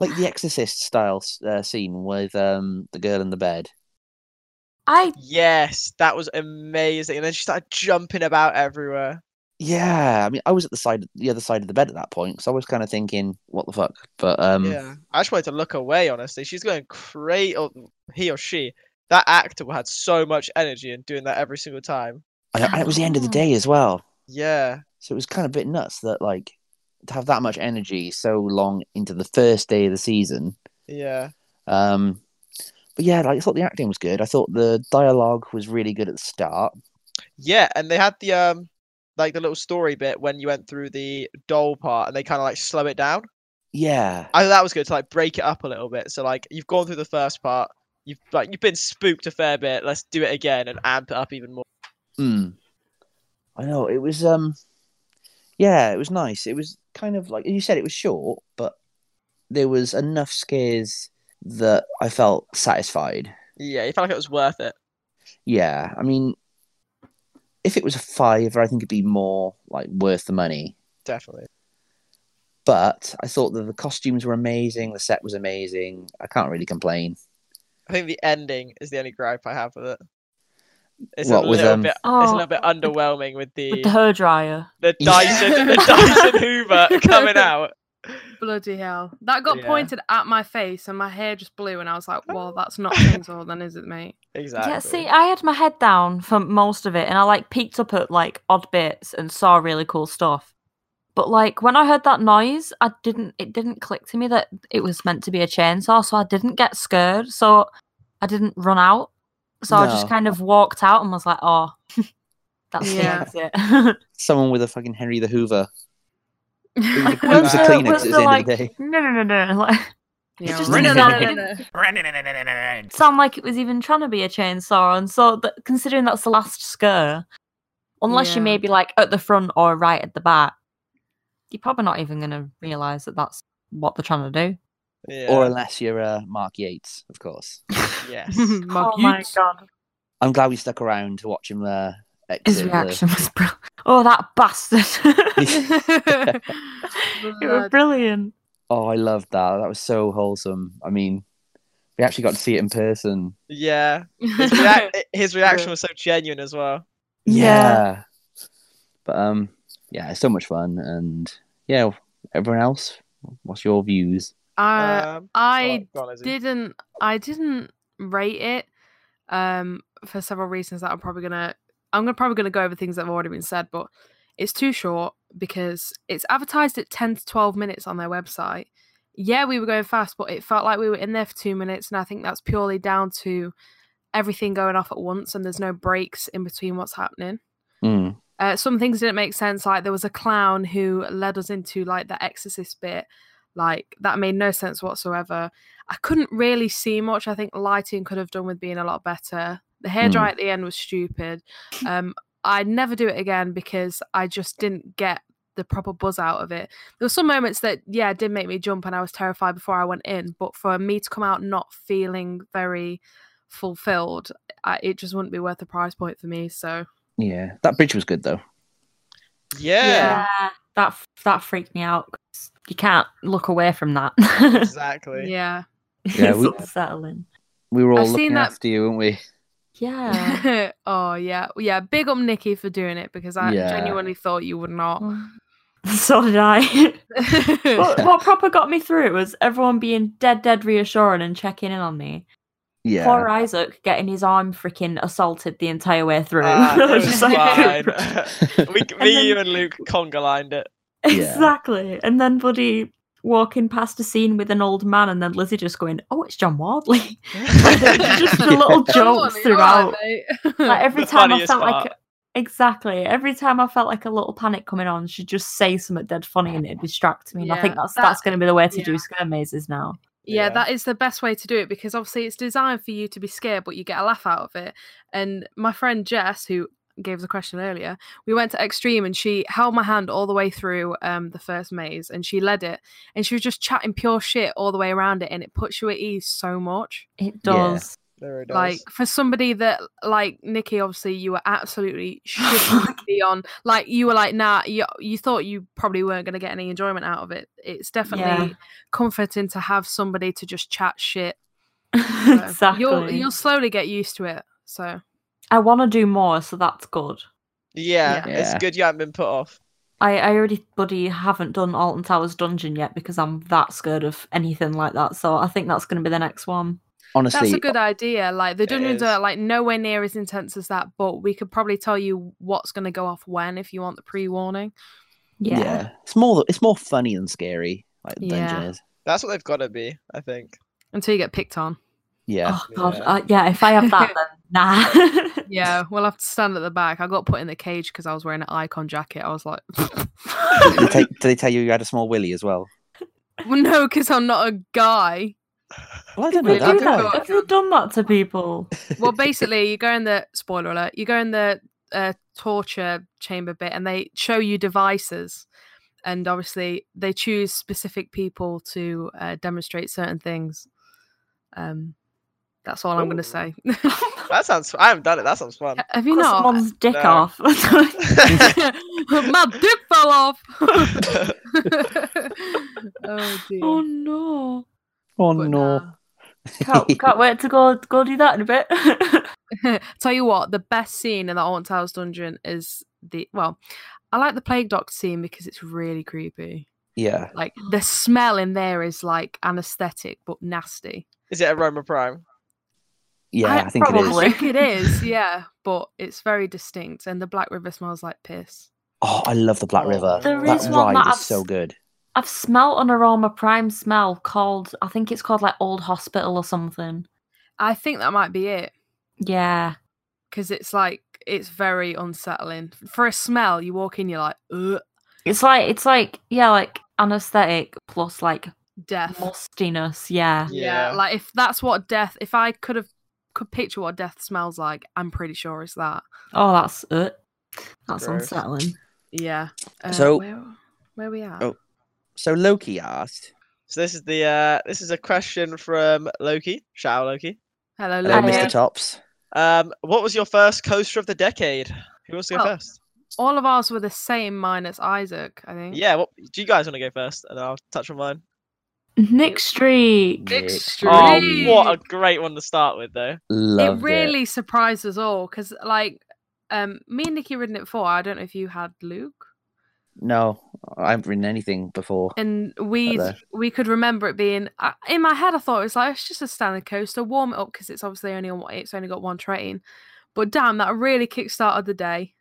like the Exorcist style uh, scene with um the girl in the bed.
I
Yes, that was amazing. And then she started jumping about everywhere.
Yeah, I mean I was at the side the other side of the bed at that point, so I was kind of thinking what the fuck. But um
yeah. I just wanted to look away, honestly. She's going crazy. Or he or she. That actor had so much energy and doing that every single time.
and and it was the end of the day as well,
Yeah.
so it was kind of a bit nuts that like to have that much energy so long into the first day of the season.
Yeah.
Um, but yeah, like, I thought the acting was good. I thought the dialogue was really good at the start.
Yeah, and they had the um like the little story bit when you went through the doll part and they kinda like slow it down.
Yeah,
I thought that was good to like break it up a little bit. So like you've gone through the first part, you've like you've been spooked a fair bit, let's do it again and amp it up even more.
mm. I know it was. Um, yeah, it was nice. It was kind of like you said, it was short, but there was enough scares that I felt satisfied.
Yeah, you felt like it was worth it.
Yeah, I mean, if it was a fiver, I think it'd be more like worth the money.
Definitely.
But I thought that the costumes were amazing, the set was amazing. I can't really complain.
I think the ending is the only gripe I have with it. It's
What,
a
with,
little
um,
bit.
Oh,
it's a little bit underwhelming with the
with the hair dryer.
the
Yeah.
Dyson the Dyson Hoover coming out.
Bloody hell. That got
Yeah.
pointed at my face and my hair just blew and I was like, well, that's not Chainsaw then, is it, mate?
Exactly.
Yeah, see, I had my head down for most of it, and I like peeked up at like odd bits and saw really cool stuff. But like when I heard that noise, I didn't. It didn't click to me that it was meant to be a chainsaw, so I didn't get scared. So I didn't run out. So I just
No.
kind of walked out and was like, "Oh, that's
Yeah.
the exit."
Someone with a fucking Henry the Hoover. It was a,
Was
it was a
there-
Kleenex at
was
the
there,
end
like-
of the day.
no, no, no, no. Like,
Yeah,
It just
well,
didn't
no,
sound
no,
like
no, no.
sound like it was even trying to be a chainsaw. And so, th- considering that's the last scare, unless you
Yeah.
maybe like at the front or right at the back, you're probably not even going to realize that that's what they're trying to do.
Yeah.
Or unless you're uh, Mark Yates, of course.
yes.
Mark Hughes.
Oh god,
I'm glad we stuck around to watch him uh,
his
exit. the-
reaction was brilliant. Oh, that bastard! it was
Blood.
brilliant.
oh, I loved that. That was so wholesome. I mean, we actually got to see it in person.
Yeah. His, rea- his reaction was so genuine as well.
Yeah. But um, yeah, it's so much fun. And yeah, everyone else, what's your views? Uh,
I,
Um,
I
go on, Lizzie.
didn't I didn't rate it um for several reasons that I'm probably gonna I'm gonna probably gonna go over things that have already been said, but it's too short because it's advertised at 10 to 12 minutes on their website. Yeah, we were going fast, but it felt like we were in there for two minutes, and I think that's purely down to everything going off at once and there's no breaks in between what's happening.
Mm.
Uh, some things didn't make sense. Like there was a clown who led us into like the exorcist bit. Like that made no sense whatsoever. I couldn't really see much. I think lighting could have done with being a lot better. The hairdryer at the end was stupid. Um, I'd never do it again because I just didn't get the proper buzz out of it. There were some moments that yeah did make me jump and I was terrified before I went in. But for me to come out not feeling very fulfilled, I, it just wouldn't be worth the price point for me. So
Yeah, that bridge was good though.
yeah.
that f- that freaked me out. 'cause you can't look away from that. it's
Exactly.
yeah.
Yeah, we-
unsettling.
We were all
I've seen
looking
that-
after you, weren't we?
Yeah.
oh yeah, yeah. Big up Nikki for doing it because I
Yeah.
genuinely thought you would not.
so did I.
yeah,
what, what proper got me through it was everyone being dead, dead reassuring and checking in on me.
Yeah.
Poor Isaac getting his arm freaking assaulted the entire way through.
Ah,
I was
it was
just like-
fine. we, me,
then-
you, and Luke conga lined it.
exactly. And then Buddy walking past a scene with an old man, and then Lizzie just going, "Oh, it's John Wadley." just the little jokes throughout. Like every
The
time I
funniest
felt like
part.
exactly every time I felt like a little panic coming on, she'd just say something dead funny and it'd distract me. And I
Yeah,
think that's
that-
that's going to be the way to
yeah.
do scare mazes now.
Yeah.
that is the best way to do it because obviously it's designed for you to be scared, but you get a laugh out of it. And my friend Jess, who gave the question earlier, we went to Extreme and she held my hand all the way through um, the first maze and she led it. And she was just chatting pure shit all the way around it, and it puts you at ease so much.
It
Yeah.
does.
There it is.
like for somebody that like Nikki, obviously you were absolutely shouldn't be on. Like you were like, nah, you you thought you probably weren't going to get any enjoyment out of it. It's definitely comforting to have somebody to just chat shit. so
exactly.
You'll you'll slowly get used to it. So
I want to do more, so that's good.
yeah,
Yeah.
it's good you haven't been put off.
I, I already bloody haven't done Alton Towers dungeon yet because I'm that scared of anything like that. So I think that's going to be the next one.
Honestly,
that's a good idea. Like the
It
dungeons
is.
are like nowhere near as intense as that, but we could probably tell you what's going to go off when if you want the pre warning.
yeah.
Yeah.
it's more it's more funny than scary. Like the dungeon
Yeah.
is.
That's what they've got to be, I think.
Until you get picked on.
Yeah,
Oh god.
Yeah.
Yeah. Uh, yeah. If I have that, then nah.
Yeah, we'll have to stand at the back. I got put in the cage because I was wearing an icon jacket. I was like,
Did they, ta- did they tell you you had a small willy as well?
well, no, because I'm not a guy.
Well, I don't know that.
Have they do
did I?
that? Have they done that to people?
Well, basically, you go in the spoiler alert. You go in the uh, torture chamber bit, and they show you devices, and obviously they choose specific people to uh, demonstrate certain things. Um, that's all I'm going
Ooh.
to say.
That sounds. I haven't done it. That sounds fun.
have you
Cut
not?
someone's dick
No.
off.
My dick fell off. oh dear.
oh no.
Oh
But uh,
no!
nah.
uh,
Can't, can't wait to go go do that in a bit.
Tell you what, the best scene in the Aunt House dungeon is the well, I like the plague doctor scene because it's really creepy.
Yeah.
Like the smell in there is like anesthetic but nasty.
Is it Aroma Prime?
Yeah, I, think it is.
probably.
I think it is, yeah, but it's very distinct, and the Black River smells like piss.
Oh, I love the Black River.
There
that
is one
ride
that
is
I've
so
s-
good.
I've smelt an aroma prime smell called I think it's called like old hospital or something.
I think that might be it
Yeah.
because it's like it's very unsettling for a smell. You walk in, you're like, Ugh,
It's like it's like yeah, like anesthetic plus like
death.
mustiness, yeah.
yeah.
Yeah.
like if that's what death if i could have could picture what death smells like i'm pretty sure it's that
Oh that's it. That's
Gross.
unsettling.
yeah Uh,
So-
where, where we at
Oh. So Loki asked,
So this is the uh this is a question from Loki. Shout out Loki.
hello
"Hello,
Lola.
Mr. Tops."
Um, what was your first coaster of the decade? Who wants to go
Well,
first?
all of ours were the same minus isaac i think
Mm. Yeah, what do you guys want to go first? And I'll touch on mine.
Nick Streak.
Oh,
Great.
what a great one to start with, though.
Loved
it really surprised us all because like um me and nikki ridden it for i don't know if you had luke
No, I haven't written anything before.
and we
there.
we could remember it being I- in my head. I thought it was like it's just a standard coaster, warm it up because it's obviously only on one- it's only got one train. But damn, that really kickstarted the day.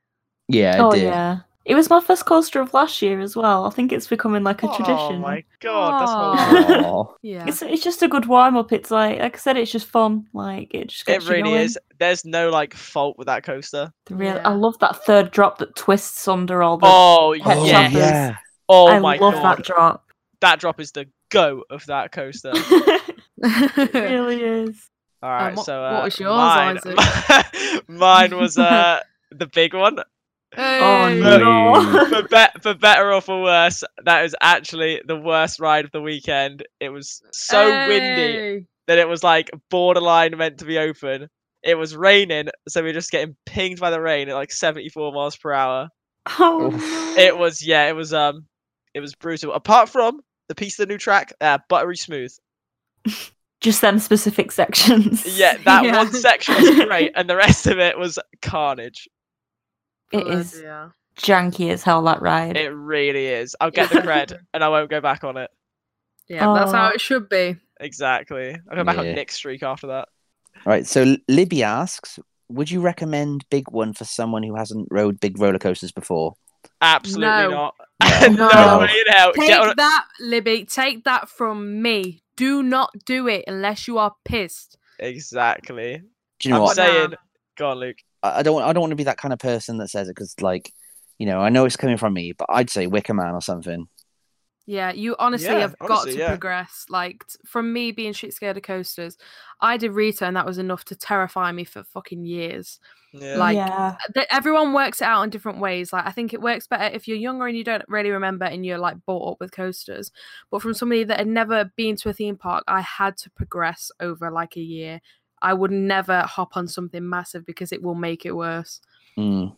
Yeah, I
Oh
did.
yeah. It was my first coaster of last year as well. I think it's becoming like a
Oh
tradition.
my god, that's
Aw.
horrible.
Aw.
Yeah,
It's it's just a good warm up. It's like like I said, it's just fun. Like it just gets
It
you
really
going.
is. There's no like fault with that coaster.
The real-
Yeah.
I love that third drop that twists under all the.
Oh
Pet
Oh,
yeah.
jumpers.
yeah.
Oh
I
my
love
god.
that drop.
That drop is the go of that coaster.
really is.
All right,
what-
so uh,
what was yours,
mine, mine was uh the big one.
Oh
Hey!
no!
for, be- for better or for worse, that was actually the worst ride of the weekend. It was so windy
Hey!
that it was like borderline meant to be open. It was raining, so we were just getting pinged by the rain at like 74 miles per hour.
oh
Oof.
no!
It was yeah, it was um, it was brutal. Apart from the piece of the new track, uh, buttery smooth.
Just them specific sections.
Yeah, that
Yeah.
one section was great, and the rest of it was carnage.
it
Bloody
is
hell.
janky as hell. That ride.
It really is. I'll get the cred, and I won't go back on it.
Yeah, that's how
Oh.
it should be.
Exactly. I'll go back
Yeah.
on Nick's streak after that.
All right. So Libby asks, "Would you recommend Big One for someone who hasn't rode big roller coasters before?"
Absolutely
No.
not.
No.
no,
No.
way in hell.
Take
Get on a-
that, Libby. Take that from me. Do not do it unless you are pissed.
Exactly.
Do you know
I'm
what?
saying, go on, Luke.
I I don't. I don't want to be that kind of person that says it because, like, you know, I know it's coming from me, but I'd say Wicker Man or something.
Yeah, you honestly
Yeah,
have
honestly,
got to
yeah.
progress. Like t- from me being shit scared of coasters, I did Rita, and that was enough to terrify me for fucking years.
Yeah.
Like-
yeah.
Th- Everyone works it out in different ways. Like I think it works better if you're younger and you don't really remember and you're like bought up with coasters. But from somebody that had never been to a theme park, I had to progress over like a year. I would never hop on something massive because it will make it worse.
Mm.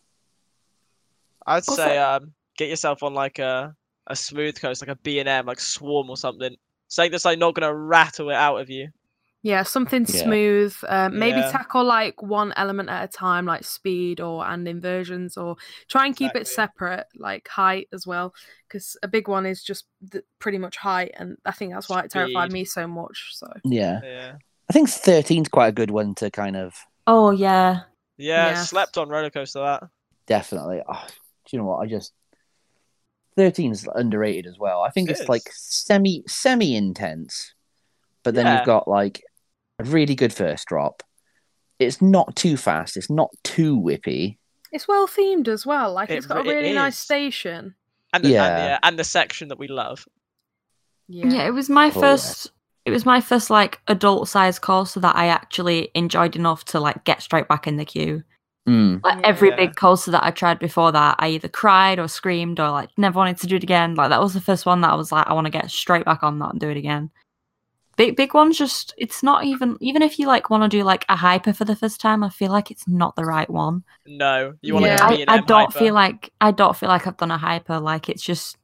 I'd
Also-
say um, get yourself on like a a smooth coast, like a B and M, like Swarm or something. Something that's like not gonna rattle it out of you.
Yeah, something
Yeah.
smooth. Uh, maybe
Yeah.
tackle like one element at a time, like speed or and inversions, or try and keep it
Exactly.
separate, like height as well, because a big one is just th- pretty much height, and I think that's why it terrified
Speed.
me so much. So
Yeah,
Yeah.
I think 13's quite a good one to kind of
Oh yeah.
Yeah.
Yeah.
Slept on roller coaster that.
definitely. Oh, do you know what? I just 13's underrated as well. I think
It
it's like
is.
semi semi intense, but then
Yeah.
you've got like a really good first drop. It's not too fast. It's not too whippy.
it's well themed as well. Like
It
it's got a
re- it
really nice
is.
station.
And the, and, the,
Yeah.
uh, and the section that we love.
Yeah,
yeah, It was my
yeah.
first. It was my first like adult size coaster that I actually enjoyed enough to like get straight back in the queue.
Mm.
Like every
Yeah.
big coaster that I tried before that, I either cried or screamed or like never wanted to do it again. Like that was the first one that I was like, I want to get straight back on that and do it again. Big big ones just it's not even even if you like want to do like a hyper for the first time, I feel like it's not the right one.
No, you want
Yeah.
to
I,
get
I don't feel like I don't feel like I've done a hyper. Like it's just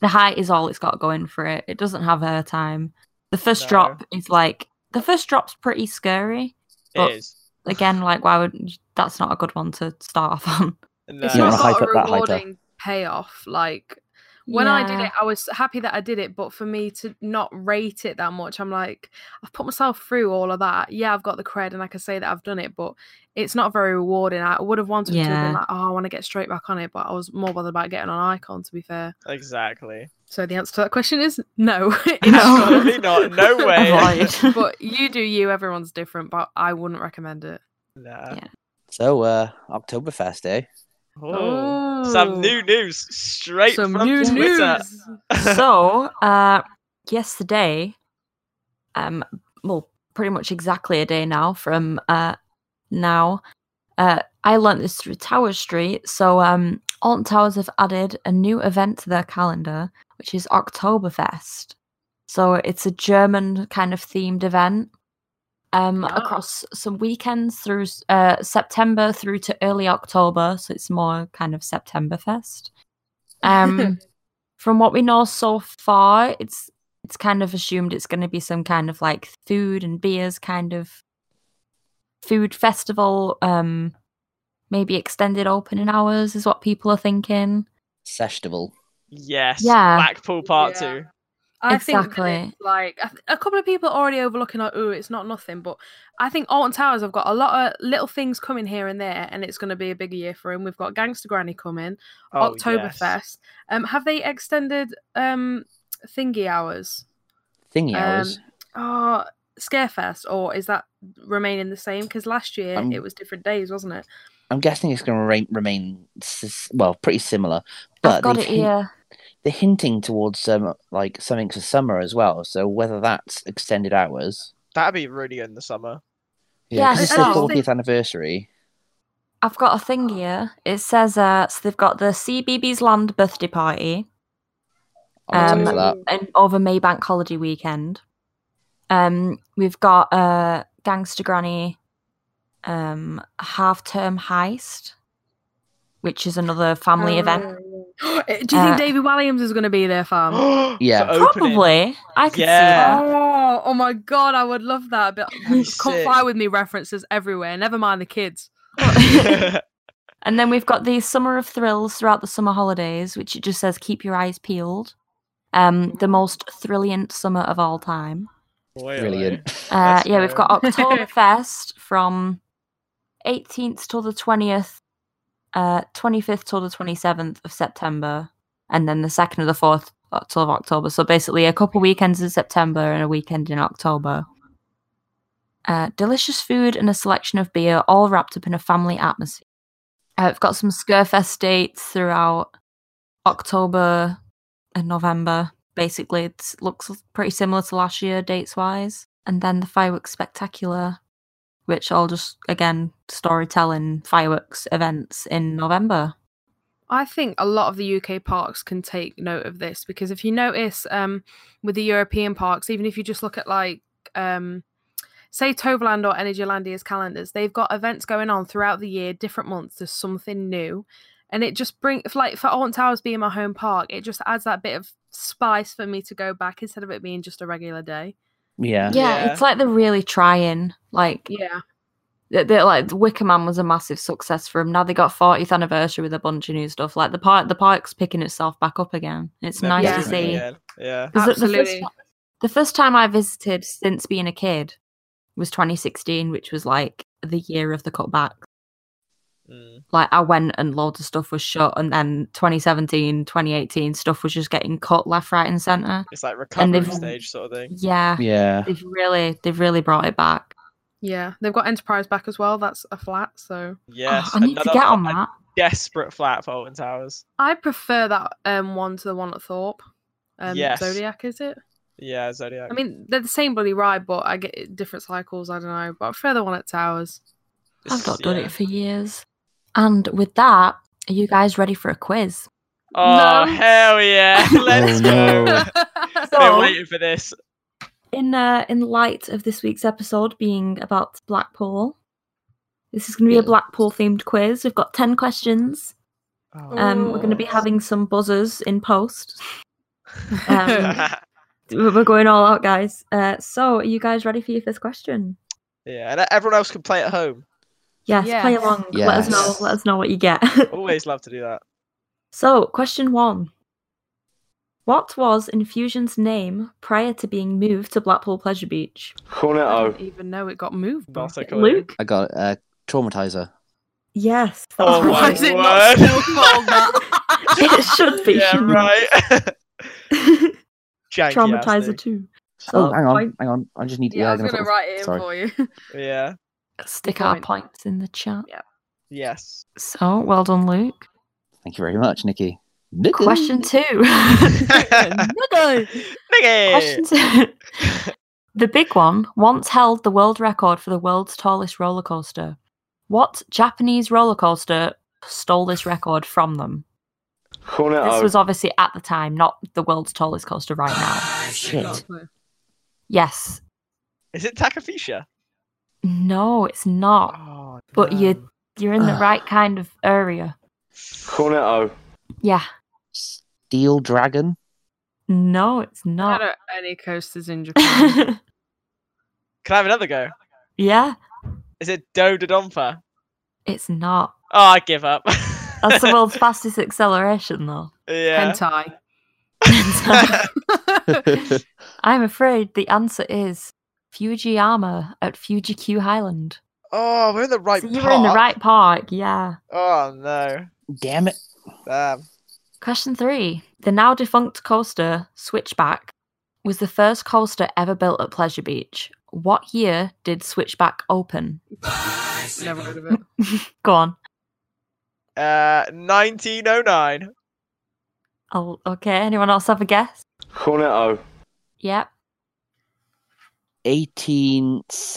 the height is all it's got going for it. It doesn't have air time. The first
No.
drop is like the first drop's pretty scary.
it is.
again, like why would that's not a good one to start off on?
No.
It's
You
not
wanna
got a
hype up that hyper.
rewarding payoff. Like when I did
Yeah.
it, I was happy that I did it, but for me to not rate it that much, I'm like, I've put myself through all of that. Yeah, I've got the cred and I can say that I've done it, but it's not very rewarding. I would have wanted to have been
Yeah.
like, oh, I want to get straight back on it, but I was more bothered about getting on icon, to be fair.
Exactly.
So the answer to that question is no. It's not.
Absolutely not. No way.
Avoid.
but you do you, everyone's different, but I wouldn't recommend it.
Nah.
So, uh, Oktoberfest, eh?
Oh. Some
Oh.
new news straight
Some
from
new
Twitter.
news.
so, uh, yesterday, um, well, pretty much exactly a day now from uh, now, uh, I learnt this through Tower Street. So, um, Alton Towers have added a new event to their calendar, which is Oktoberfest. So, it's a German kind of themed event um,
Ah.
across some weekends through s- uh, September through to early October. So, it's more kind of Septemberfest. Um, from what we know so far, it's it's kind of assumed it's going to be some kind of like food and beers kind of food festival. Um, maybe extended opening hours is what people are thinking.
Sestival.
Yes.
Yeah.
Blackpool
Yeah.
Part Two.
I think that
Exactly.
it's like I th- a couple of people are already overlooking like, oh, it's not nothing, but I think Alton Towers have got a lot of little things coming here and there, and it's going to be a big year for him. We've got Gangster Granny coming,
Oh, yes.
Oktoberfest. Um, have they extended um thingy hours? Um,
Thingy hours.
Oh, Scarefest, or is that remaining the same? Because last year
Um,
it was different days, wasn't it?
I'm guessing it's going to remain, remain sis- well, pretty similar.
I've
But
got
they
it
hint-
here.
they're hinting towards um, like something for summer as well. So whether that's extended hours,
That'd be really good in the summer.
Yeah,
'cause
I-
it's
I
the
just think-
40th anniversary.
I've got a thing here. It says uh, so they've got the CBBS Land birthday party
I'm
Um,
um, for that.
and over Maybank holiday weekend. Um, we've got uh, Gangster Granny, um, half term heist, which is another family event.
oh, Do you
Uh,
think Davy Williams is going to be there, fam?
Yeah.
For opening.
Probably. I could
Yeah.
see
Oh, oh my god, I would love that. But
That'd be
can't
sick.
fly with me references everywhere. Never mind the kids.
that. and then we've got the Summer of Thrills throughout the summer holidays, which it just says keep your eyes peeled. Um, the most thrillant summer of all time.
Really.
Brilliant.
Uh,
That's
yeah, we've got
fair.
Oktoberfest from 18th till the 20th, uh, 25th till the 27th of September, and then the 2nd of the 4th o- till of October. So basically, a couple weekends in September and a weekend in October. Uh, delicious food and a selection of beer, all wrapped up in a family atmosphere. Uh, we've got some Skirfest dates throughout October and November. Basically, it looks pretty similar to last year dates wise. And then the fireworks spectacular, which all just again storytelling fireworks events in November.
I think a lot of the UK parks can take note of this because if you notice um, with the European parks, even if you just look at like um, say Toverland or Energylandia's calendars, they've got events going on throughout the year, different months. There's something new, and it just brings like for Alton Towers being my home park, it just adds that bit of spice for me to go back instead of it being just a regular day.
yeah.
Yeah.
it's like they're really trying. Like
Yeah,
they're, they're like the Wicker Man was a massive success for them. Now they got 40th anniversary with a bunch of new stuff. Like the park, the park's picking itself back up again. It's
They're
nice
Yeah.
to
booming
see.
again. Yeah.
'Cause the- the first
Absolutely.
ti- The first time I visited since being a kid was 2016, which was like the year of the cutback.
Mm.
like I went and loads of stuff was shut and then 2017 2018 stuff was just getting cut left right and center
It's like
they've- Ah,
recovery stage sort of thing.
yeah
Yeah.
they've really they've really brought it back
yeah, they've got Enterprise back as well. That's a flat, so.
Yes.
oh, I need to
another
get on
a
that
Desperate flat for Alton Towers.
I prefer that um one to the one at Thorpe. Um,
Yes.
Zodiac is it?
Yeah, Zodiac.
I mean, they're the same bloody ride, but I get it- different cycles. I don't know, but I prefer the one at Towers.
This
I've
is-
not done
yeah.
it for years and with that are you guys ready for a quiz
Oh
No.
hell yeah! Let's
Oh,
go.
no.
Been
So-
waiting for this.
in uh, in light of this week's episode being about Blackpool this is going to be a
Yes.
Blackpool themed quiz we've got 10 questions um, we're going
Oh.
to be
Ooh.
having some buzzers in post um, we're we're going all out guys uh, so are you guys ready for your first question
yeah, and everyone else can play at home.
Yes, play
Yes.
along. Let us know.
Yes.
Let us know what you get.
Always love to do that.
so, question one: What was Infusion's name prior to being moved to Blackpool Pleasure Beach?
I
Cornetto.
didn't even know it got moved.
Not so cool.
Luke.
I got uh, traumatizer.
Yes. that
Oh
was
my
Why
right.
is it not
word.
still called that?
It should be.
Yeah, right. Janky ass
Traumatizer
name.
two.
Oh,
So,
hang on,
point-
hang on. I just need.
yeah, I was
I'm
gonna
put-
write it in
Sorry.
for you.
Yeah.
Stick
Good
our
point.
points in the chat.
Yes.
So, well done, Luke.
Thank you very much, Nikki. Nikki.
Question two.
Nigga.
Question two. The big one once held the world record for the world's tallest roller coaster. What Japanese roller coaster stole this record from them?
Uh,
This was
Cornetto.
obviously at the time, not the world's tallest coaster right now.
Oh, Shit.
Yes.
Is it Takafisha?
No, it's not.
Oh,
But
no.
you you're in the
Ugh.
right kind of area.
Cornetto.
Yeah.
Steel Dragon.
No, it's
Not
not.
at any coasters in Japan.
Can I have another go?
yeah,
Is it Dododonpa?
it's not.
Oh, I give up.
That's the world's fastest acceleration though.
yeah.
Hentai.
I'm afraid the answer is Fujiyama at Fuji Q Highland.
oh, we're in the right
so you were in the
park.
right park, yeah.
Oh no.
Damn it.
Damn.
Question three. The now defunct coaster, Switchback, was the first coaster ever built at Pleasure Beach. What year did Switchback open?
Never heard of it.
Go on.
Uh, 1909.
Oh, okay, anyone else have a guess?
Cornetto.
Yep.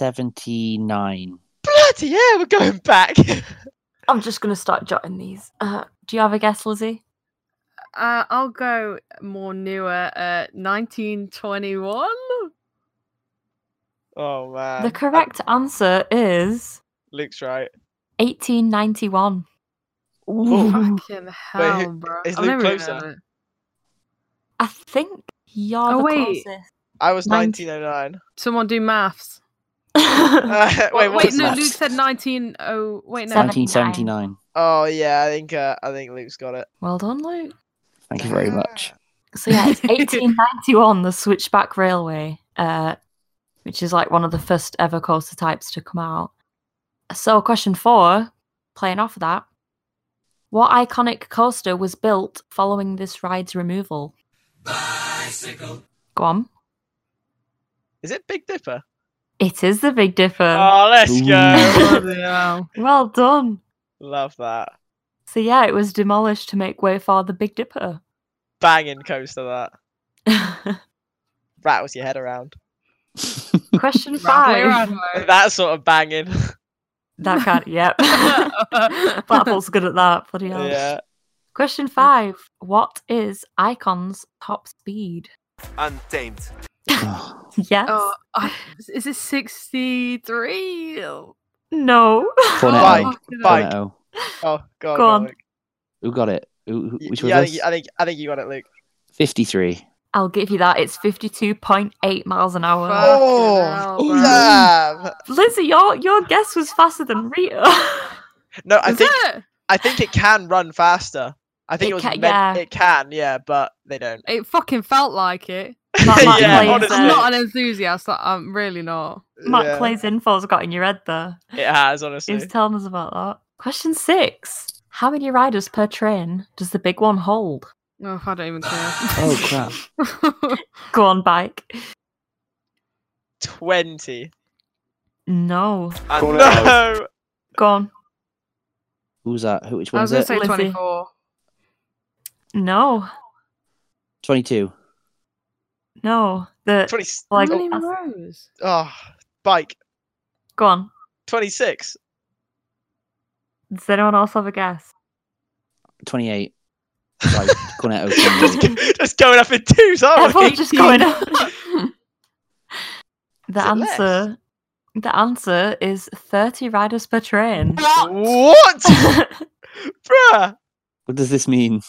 1879.
Bloody yeah, we're going back.
I'm just going to start jotting these. Uh, do you have a guess, Lizzie?
Uh, I'll go more newer. Uh, 1921.
oh man.
the correct answer is
Luke's right.
1891.
Fucking hell, bro.
is
I've
Luke
never even
closer?
heard of it.
I think you're
Oh,
the
wait.
closest.
I was
Ninety-
1909.
Someone do maths.
Oh.
Uh,
Wait,
wait, what?
wait
was
no,
that?
maths?
Luke said 19. Oh, wait, no.
1979.
Oh yeah, I think uh, I think Luke's got it.
well done, Luke.
Thank you very much.
So yeah, it's 1891, the Switchback Railway, uh, which is like one of the first ever coaster types to come out. So question four, playing off of that, what iconic coaster was built following this ride's removal? Bicycle. Go on.
Is it Big Dipper?
It is the Big Dipper.
oh, let's
Ooh.
go.
Bloody hell.
Well done.
Love that.
So yeah, it was demolished to make way for the Big Dipper.
Banging coaster that. Rattles your head around.
question
Rattly
five.
Radway.
That sort of banging.
That can't. Yep. Battle's good at that. Bloody hell.
yeah.
Question five. What is Icon's top speed?
Untamed.
Oh,
Yes.
Oh, I- is it 63? Oh,
No.
Cornetto.
fucking hell.
Bike.
Cornetto.
Oh god.
Go on.
Luke.
Who got it? Who, who,
Y-
which was
yeah, I
us?
think, I think I think you got it, Luke.
53.
I'll give you that. It's fifty-two point eight miles an hour.
Fuck.
Oh,
hell, bro.
damn.
Lizzie, your your guess was faster than Rita.
No, I
Is
think
it?
I think it can run faster. I think
It
it, was
ca-
meant
yeah.
it can, yeah, but they don't.
It fucking felt like it.
Matt, Matt
Yeah,
Clay's,
honestly.
I'm
uh,
not an enthusiast. like, I'm really not.
Matt
Yeah,
Clay's info's got in your head there.
It has
He was
honestly.
telling us about that. Question six. How many riders per train does the big one hold?
Oh, I don't even
Oh, crap.
care.
Go on, bike.
Twenty.
No.
Un-
Cornetto.
No.
Go on.
Who's that? Who, which
I was
one's
going
it?
to say
Lizzie?
24.
No.
22.
No. The
Twenty.
like.
How many
as-
rows?
Oh, bike.
Go on.
Twenty-six.
Does anyone else have a guess?
28. Sorry, Cornetto.
just,
28.
go- just going up in twos, aren't we?
Everyone's just going up. The
Is it less?
answer. The answer is thirty riders per train.
What? Bruh.
What does this mean?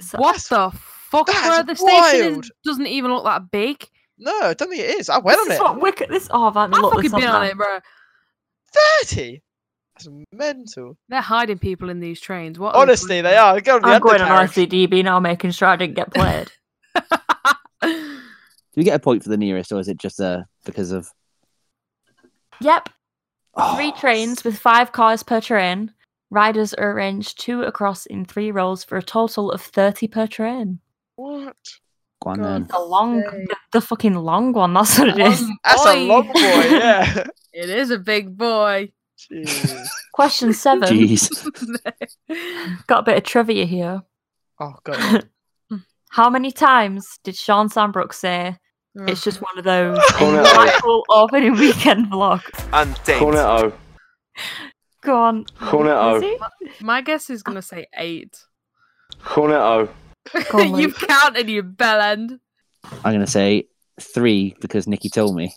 So-
What the fuck,
that's
bro? The station
wild.
is, doesn't even look that big.
No, I don't think it is. I went
this
on
is
it.
what wicked. This oh, I've
I've
looked
fucking
this up
been on
now.
it, bro.
Thirty. That's mental.
They're hiding people in these trains. What?
Honestly, they are. Go on the
I'm going on
undercarriage.
RCDB now, making sure I didn't get played.
are.
Do we get a point for the nearest, or is it just uh, because of
yep,
oh,
three trains with five cars per train. Riders are arranged two across in three rows for a total of 30 per train.
What?
Go on
God.
then.
The long, the, the fucking long one, that's what it is.
That's a
Oi.
long boy. Yeah.
Um, It is a big boy.
Jeez.
Question seven.
Jeez.
Got a bit of trivia here.
Oh god.
How many times did Sean Sandbrook say it's just one of those in
Corner
the
O.
Blackpool opening weekend vlog?
and date.
Corner O.
Go on.
Corner
Is
O.
it?
My guess is gonna say eight.
Corner O.
Go on,
You've
Luke.
counted, you bellend.
I'm gonna say three because Nikki told me.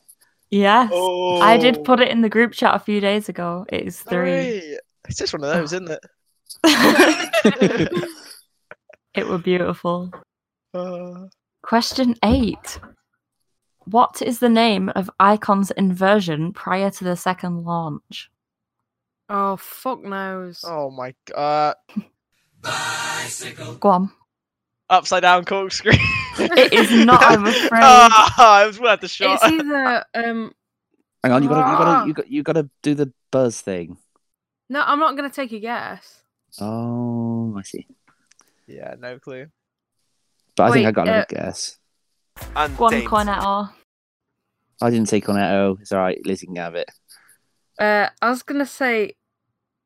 Yes.
Oh.
I did put it in the group chat a few days ago. It is three.
Three. It's just one of those, isn't it?
it were beautiful.
Uh,
Question eight. What is the name of Icon's inversion prior to the second launch?
Oh fuck knows.
oh my god.
Go on.
Upside down corkscrew.
It is not, I'm afraid.
Ah, I was worth the shot.
It's either um.
Hang on, you gotta, you
Ah.
gotta, you got, you gotta do the buzz thing.
No, I'm not gonna take a guess.
Oh, I see.
Yeah, no clue.
But I think I
Wait,
got
uh,
a guess.
And
Go on,
date.
Cornetto.
I didn't say Cornetto. It's all right. Lizzie can have it.
Uh, I was gonna say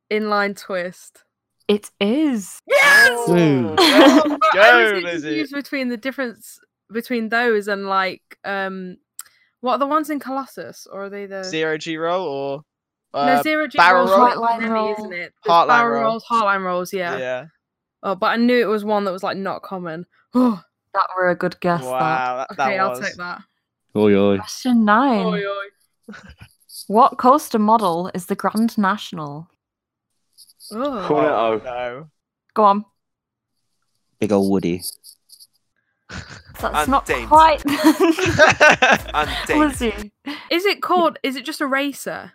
inline twist.
It is.
Oh,
Yes.
Hmm.
Ooh.
Go,
I was
go
getting
Lizzie.
confused between the difference between those and like um, what are the ones in Colossus or are they the
Zero G roll or
no
uh,
zero G
barrel
rolls
roll?
are
Heartline
heavy,
roll.
isn't it? There's
Heartline
barrel
roll.
rolls, heartline rolls, yeah.
yeah.
Oh, but I knew it was one that was like not common. okay,
That were a good guess. That.
wow, that, that
I'll
was.
take that.
Oi, oi.
Question nine.
Oi, oi.
What coaster model is the Grand National?
Oh.
Corner
Oh,
O.
no.
Go on.
Big old Woody.
That's
And
not
Danes.
quite.
And date.
Lizzie.
Is it called? Is it just a racer?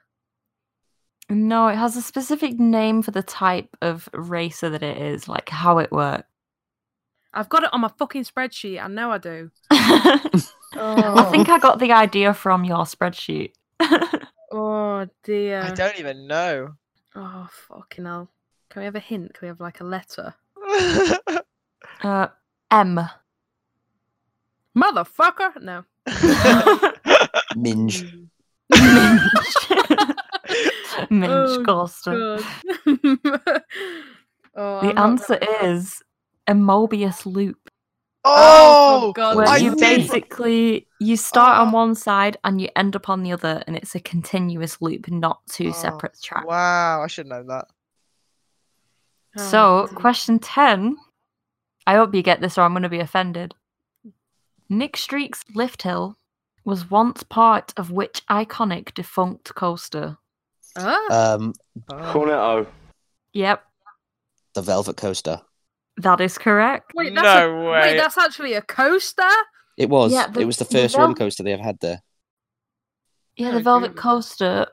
No, it has a specific name for the type of racer that it is, like how it works.
I've got it on my fucking spreadsheet. I know I do.
I
Oh,
think I got the idea from your spreadsheet.
oh dear.
I don't even know.
Oh fucking hell! Can we have a hint? Can we have like a letter?
Oh, Uh, M.
Motherfucker! No.
Minge.
Minch
Oh,
coaster.
God. oh,
The
I'm not
answer
gonna-
is a Mobius loop.
oh,
Oh, God,
where
I
you
did-
basically you start
Oh.
on one side and you end up on the other and it's a continuous loop not two
Oh,
separate tracks
wow, I should have known that.
Oh,
so
dear.
question 10 i hope you get this or i'm going to be offended nick streak's lift hill was once part of which iconic defunct coaster
Ah,
Um,
Oh.
Corner O.
yep
the Velvet Coaster.
that is correct
wait, that's a-
no way.
wait, that's actually a coaster.
It was.
Yeah, the-
it was the
the
first
Vel-
roller coaster they have had there.
yeah
I
the
agree
velvet
with that.
coaster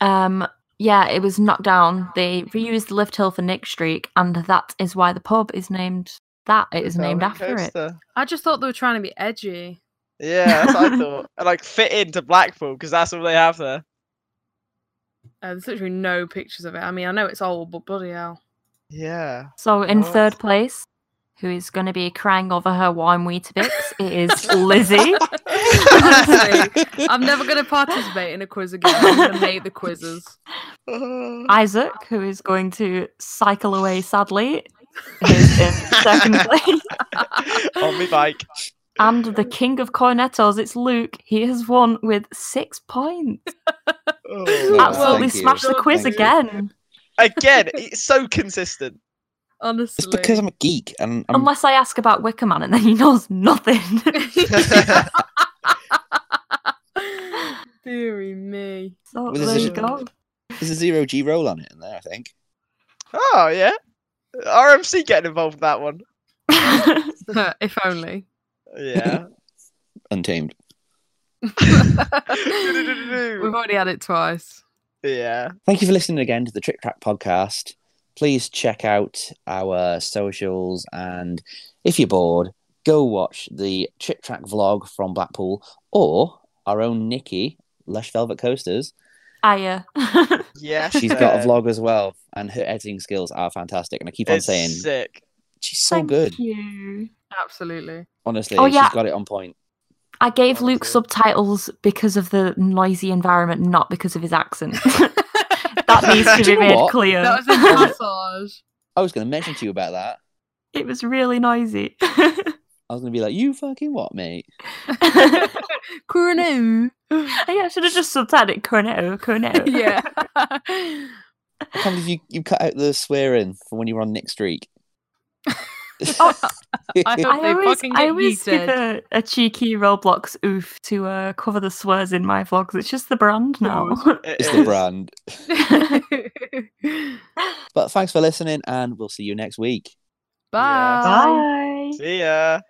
um yeah it was knocked down they reused the lift hill for nick streak and that is why the pub is named that it is named
Velvet
after it
coaster.
I just thought they were trying to be edgy.
Yeah, that's what I thought. And like fit into Blackpool because that's all they have there.
Uh, there's literally no pictures of it. I mean, I know it's old, but bloody hell.
Yeah.
So in
What?
third place, who is going to be crying over her wine Weetabix, it is Lizzie.
Honestly, I'm never going to participate in a quiz again. I'm going to hate the quizzes.
Isaac, who is going to cycle away sadly, is in second place.
On my bike.
And the king of cornetos, it's Luke. He has won with six points.
Oh,
Well,
Absolutely
thank you.
smashed the quiz
Thank you.
again.
Again, it's so consistent.
It's
Honestly.
because I'm a geek and I'm
Unless I ask about Wickerman and then he knows nothing.
Deary me.
so
Well, this
there
is-
you go.
there's a zero G roll on it in there. I think.
Oh yeah. RMC getting involved with that one.
if only.
Yeah.
Untamed.
We've already had it twice.
Yeah.
Thank you for listening again to the Trick Track podcast. Please check out our socials, and if you're bored, go watch the Trick Track vlog from Blackpool or our own Nikki, Lush Velvet Coasters.
Aya.
Yes.
She's got a
uh,
vlog as well, and her editing skills are fantastic. And I keep on
it's
saying
sick.
she's so good.
you.
Absolutely.
Honestly,
Oh, yeah.
she's got it on point.
I gave Luke
Honestly.
subtitles because of the noisy environment, not because of his accent. that needs to
Do
be
you know
made
what?
clear.
That was a massage.
I was going to mention to you about that.
it was really noisy.
I
Oh,
was going to be like, "You fucking what, mate?"
Cornu.
yeah, I should have just subtitled it Cornetto, Cornetto.
yeah.
I can't believe you, you cut out the swearing from when you were on Nick Streak.
Oh, I hope
I
they
always,
fucking
I
get
always give
yeeted.
a, a cheeky Roblox oof to uh, cover the swears in my vlogs. It's just the brand now.
It
It's the
is.
brand. But thanks for listening, and we'll see you next week.
Bye.
Bye.
See ya.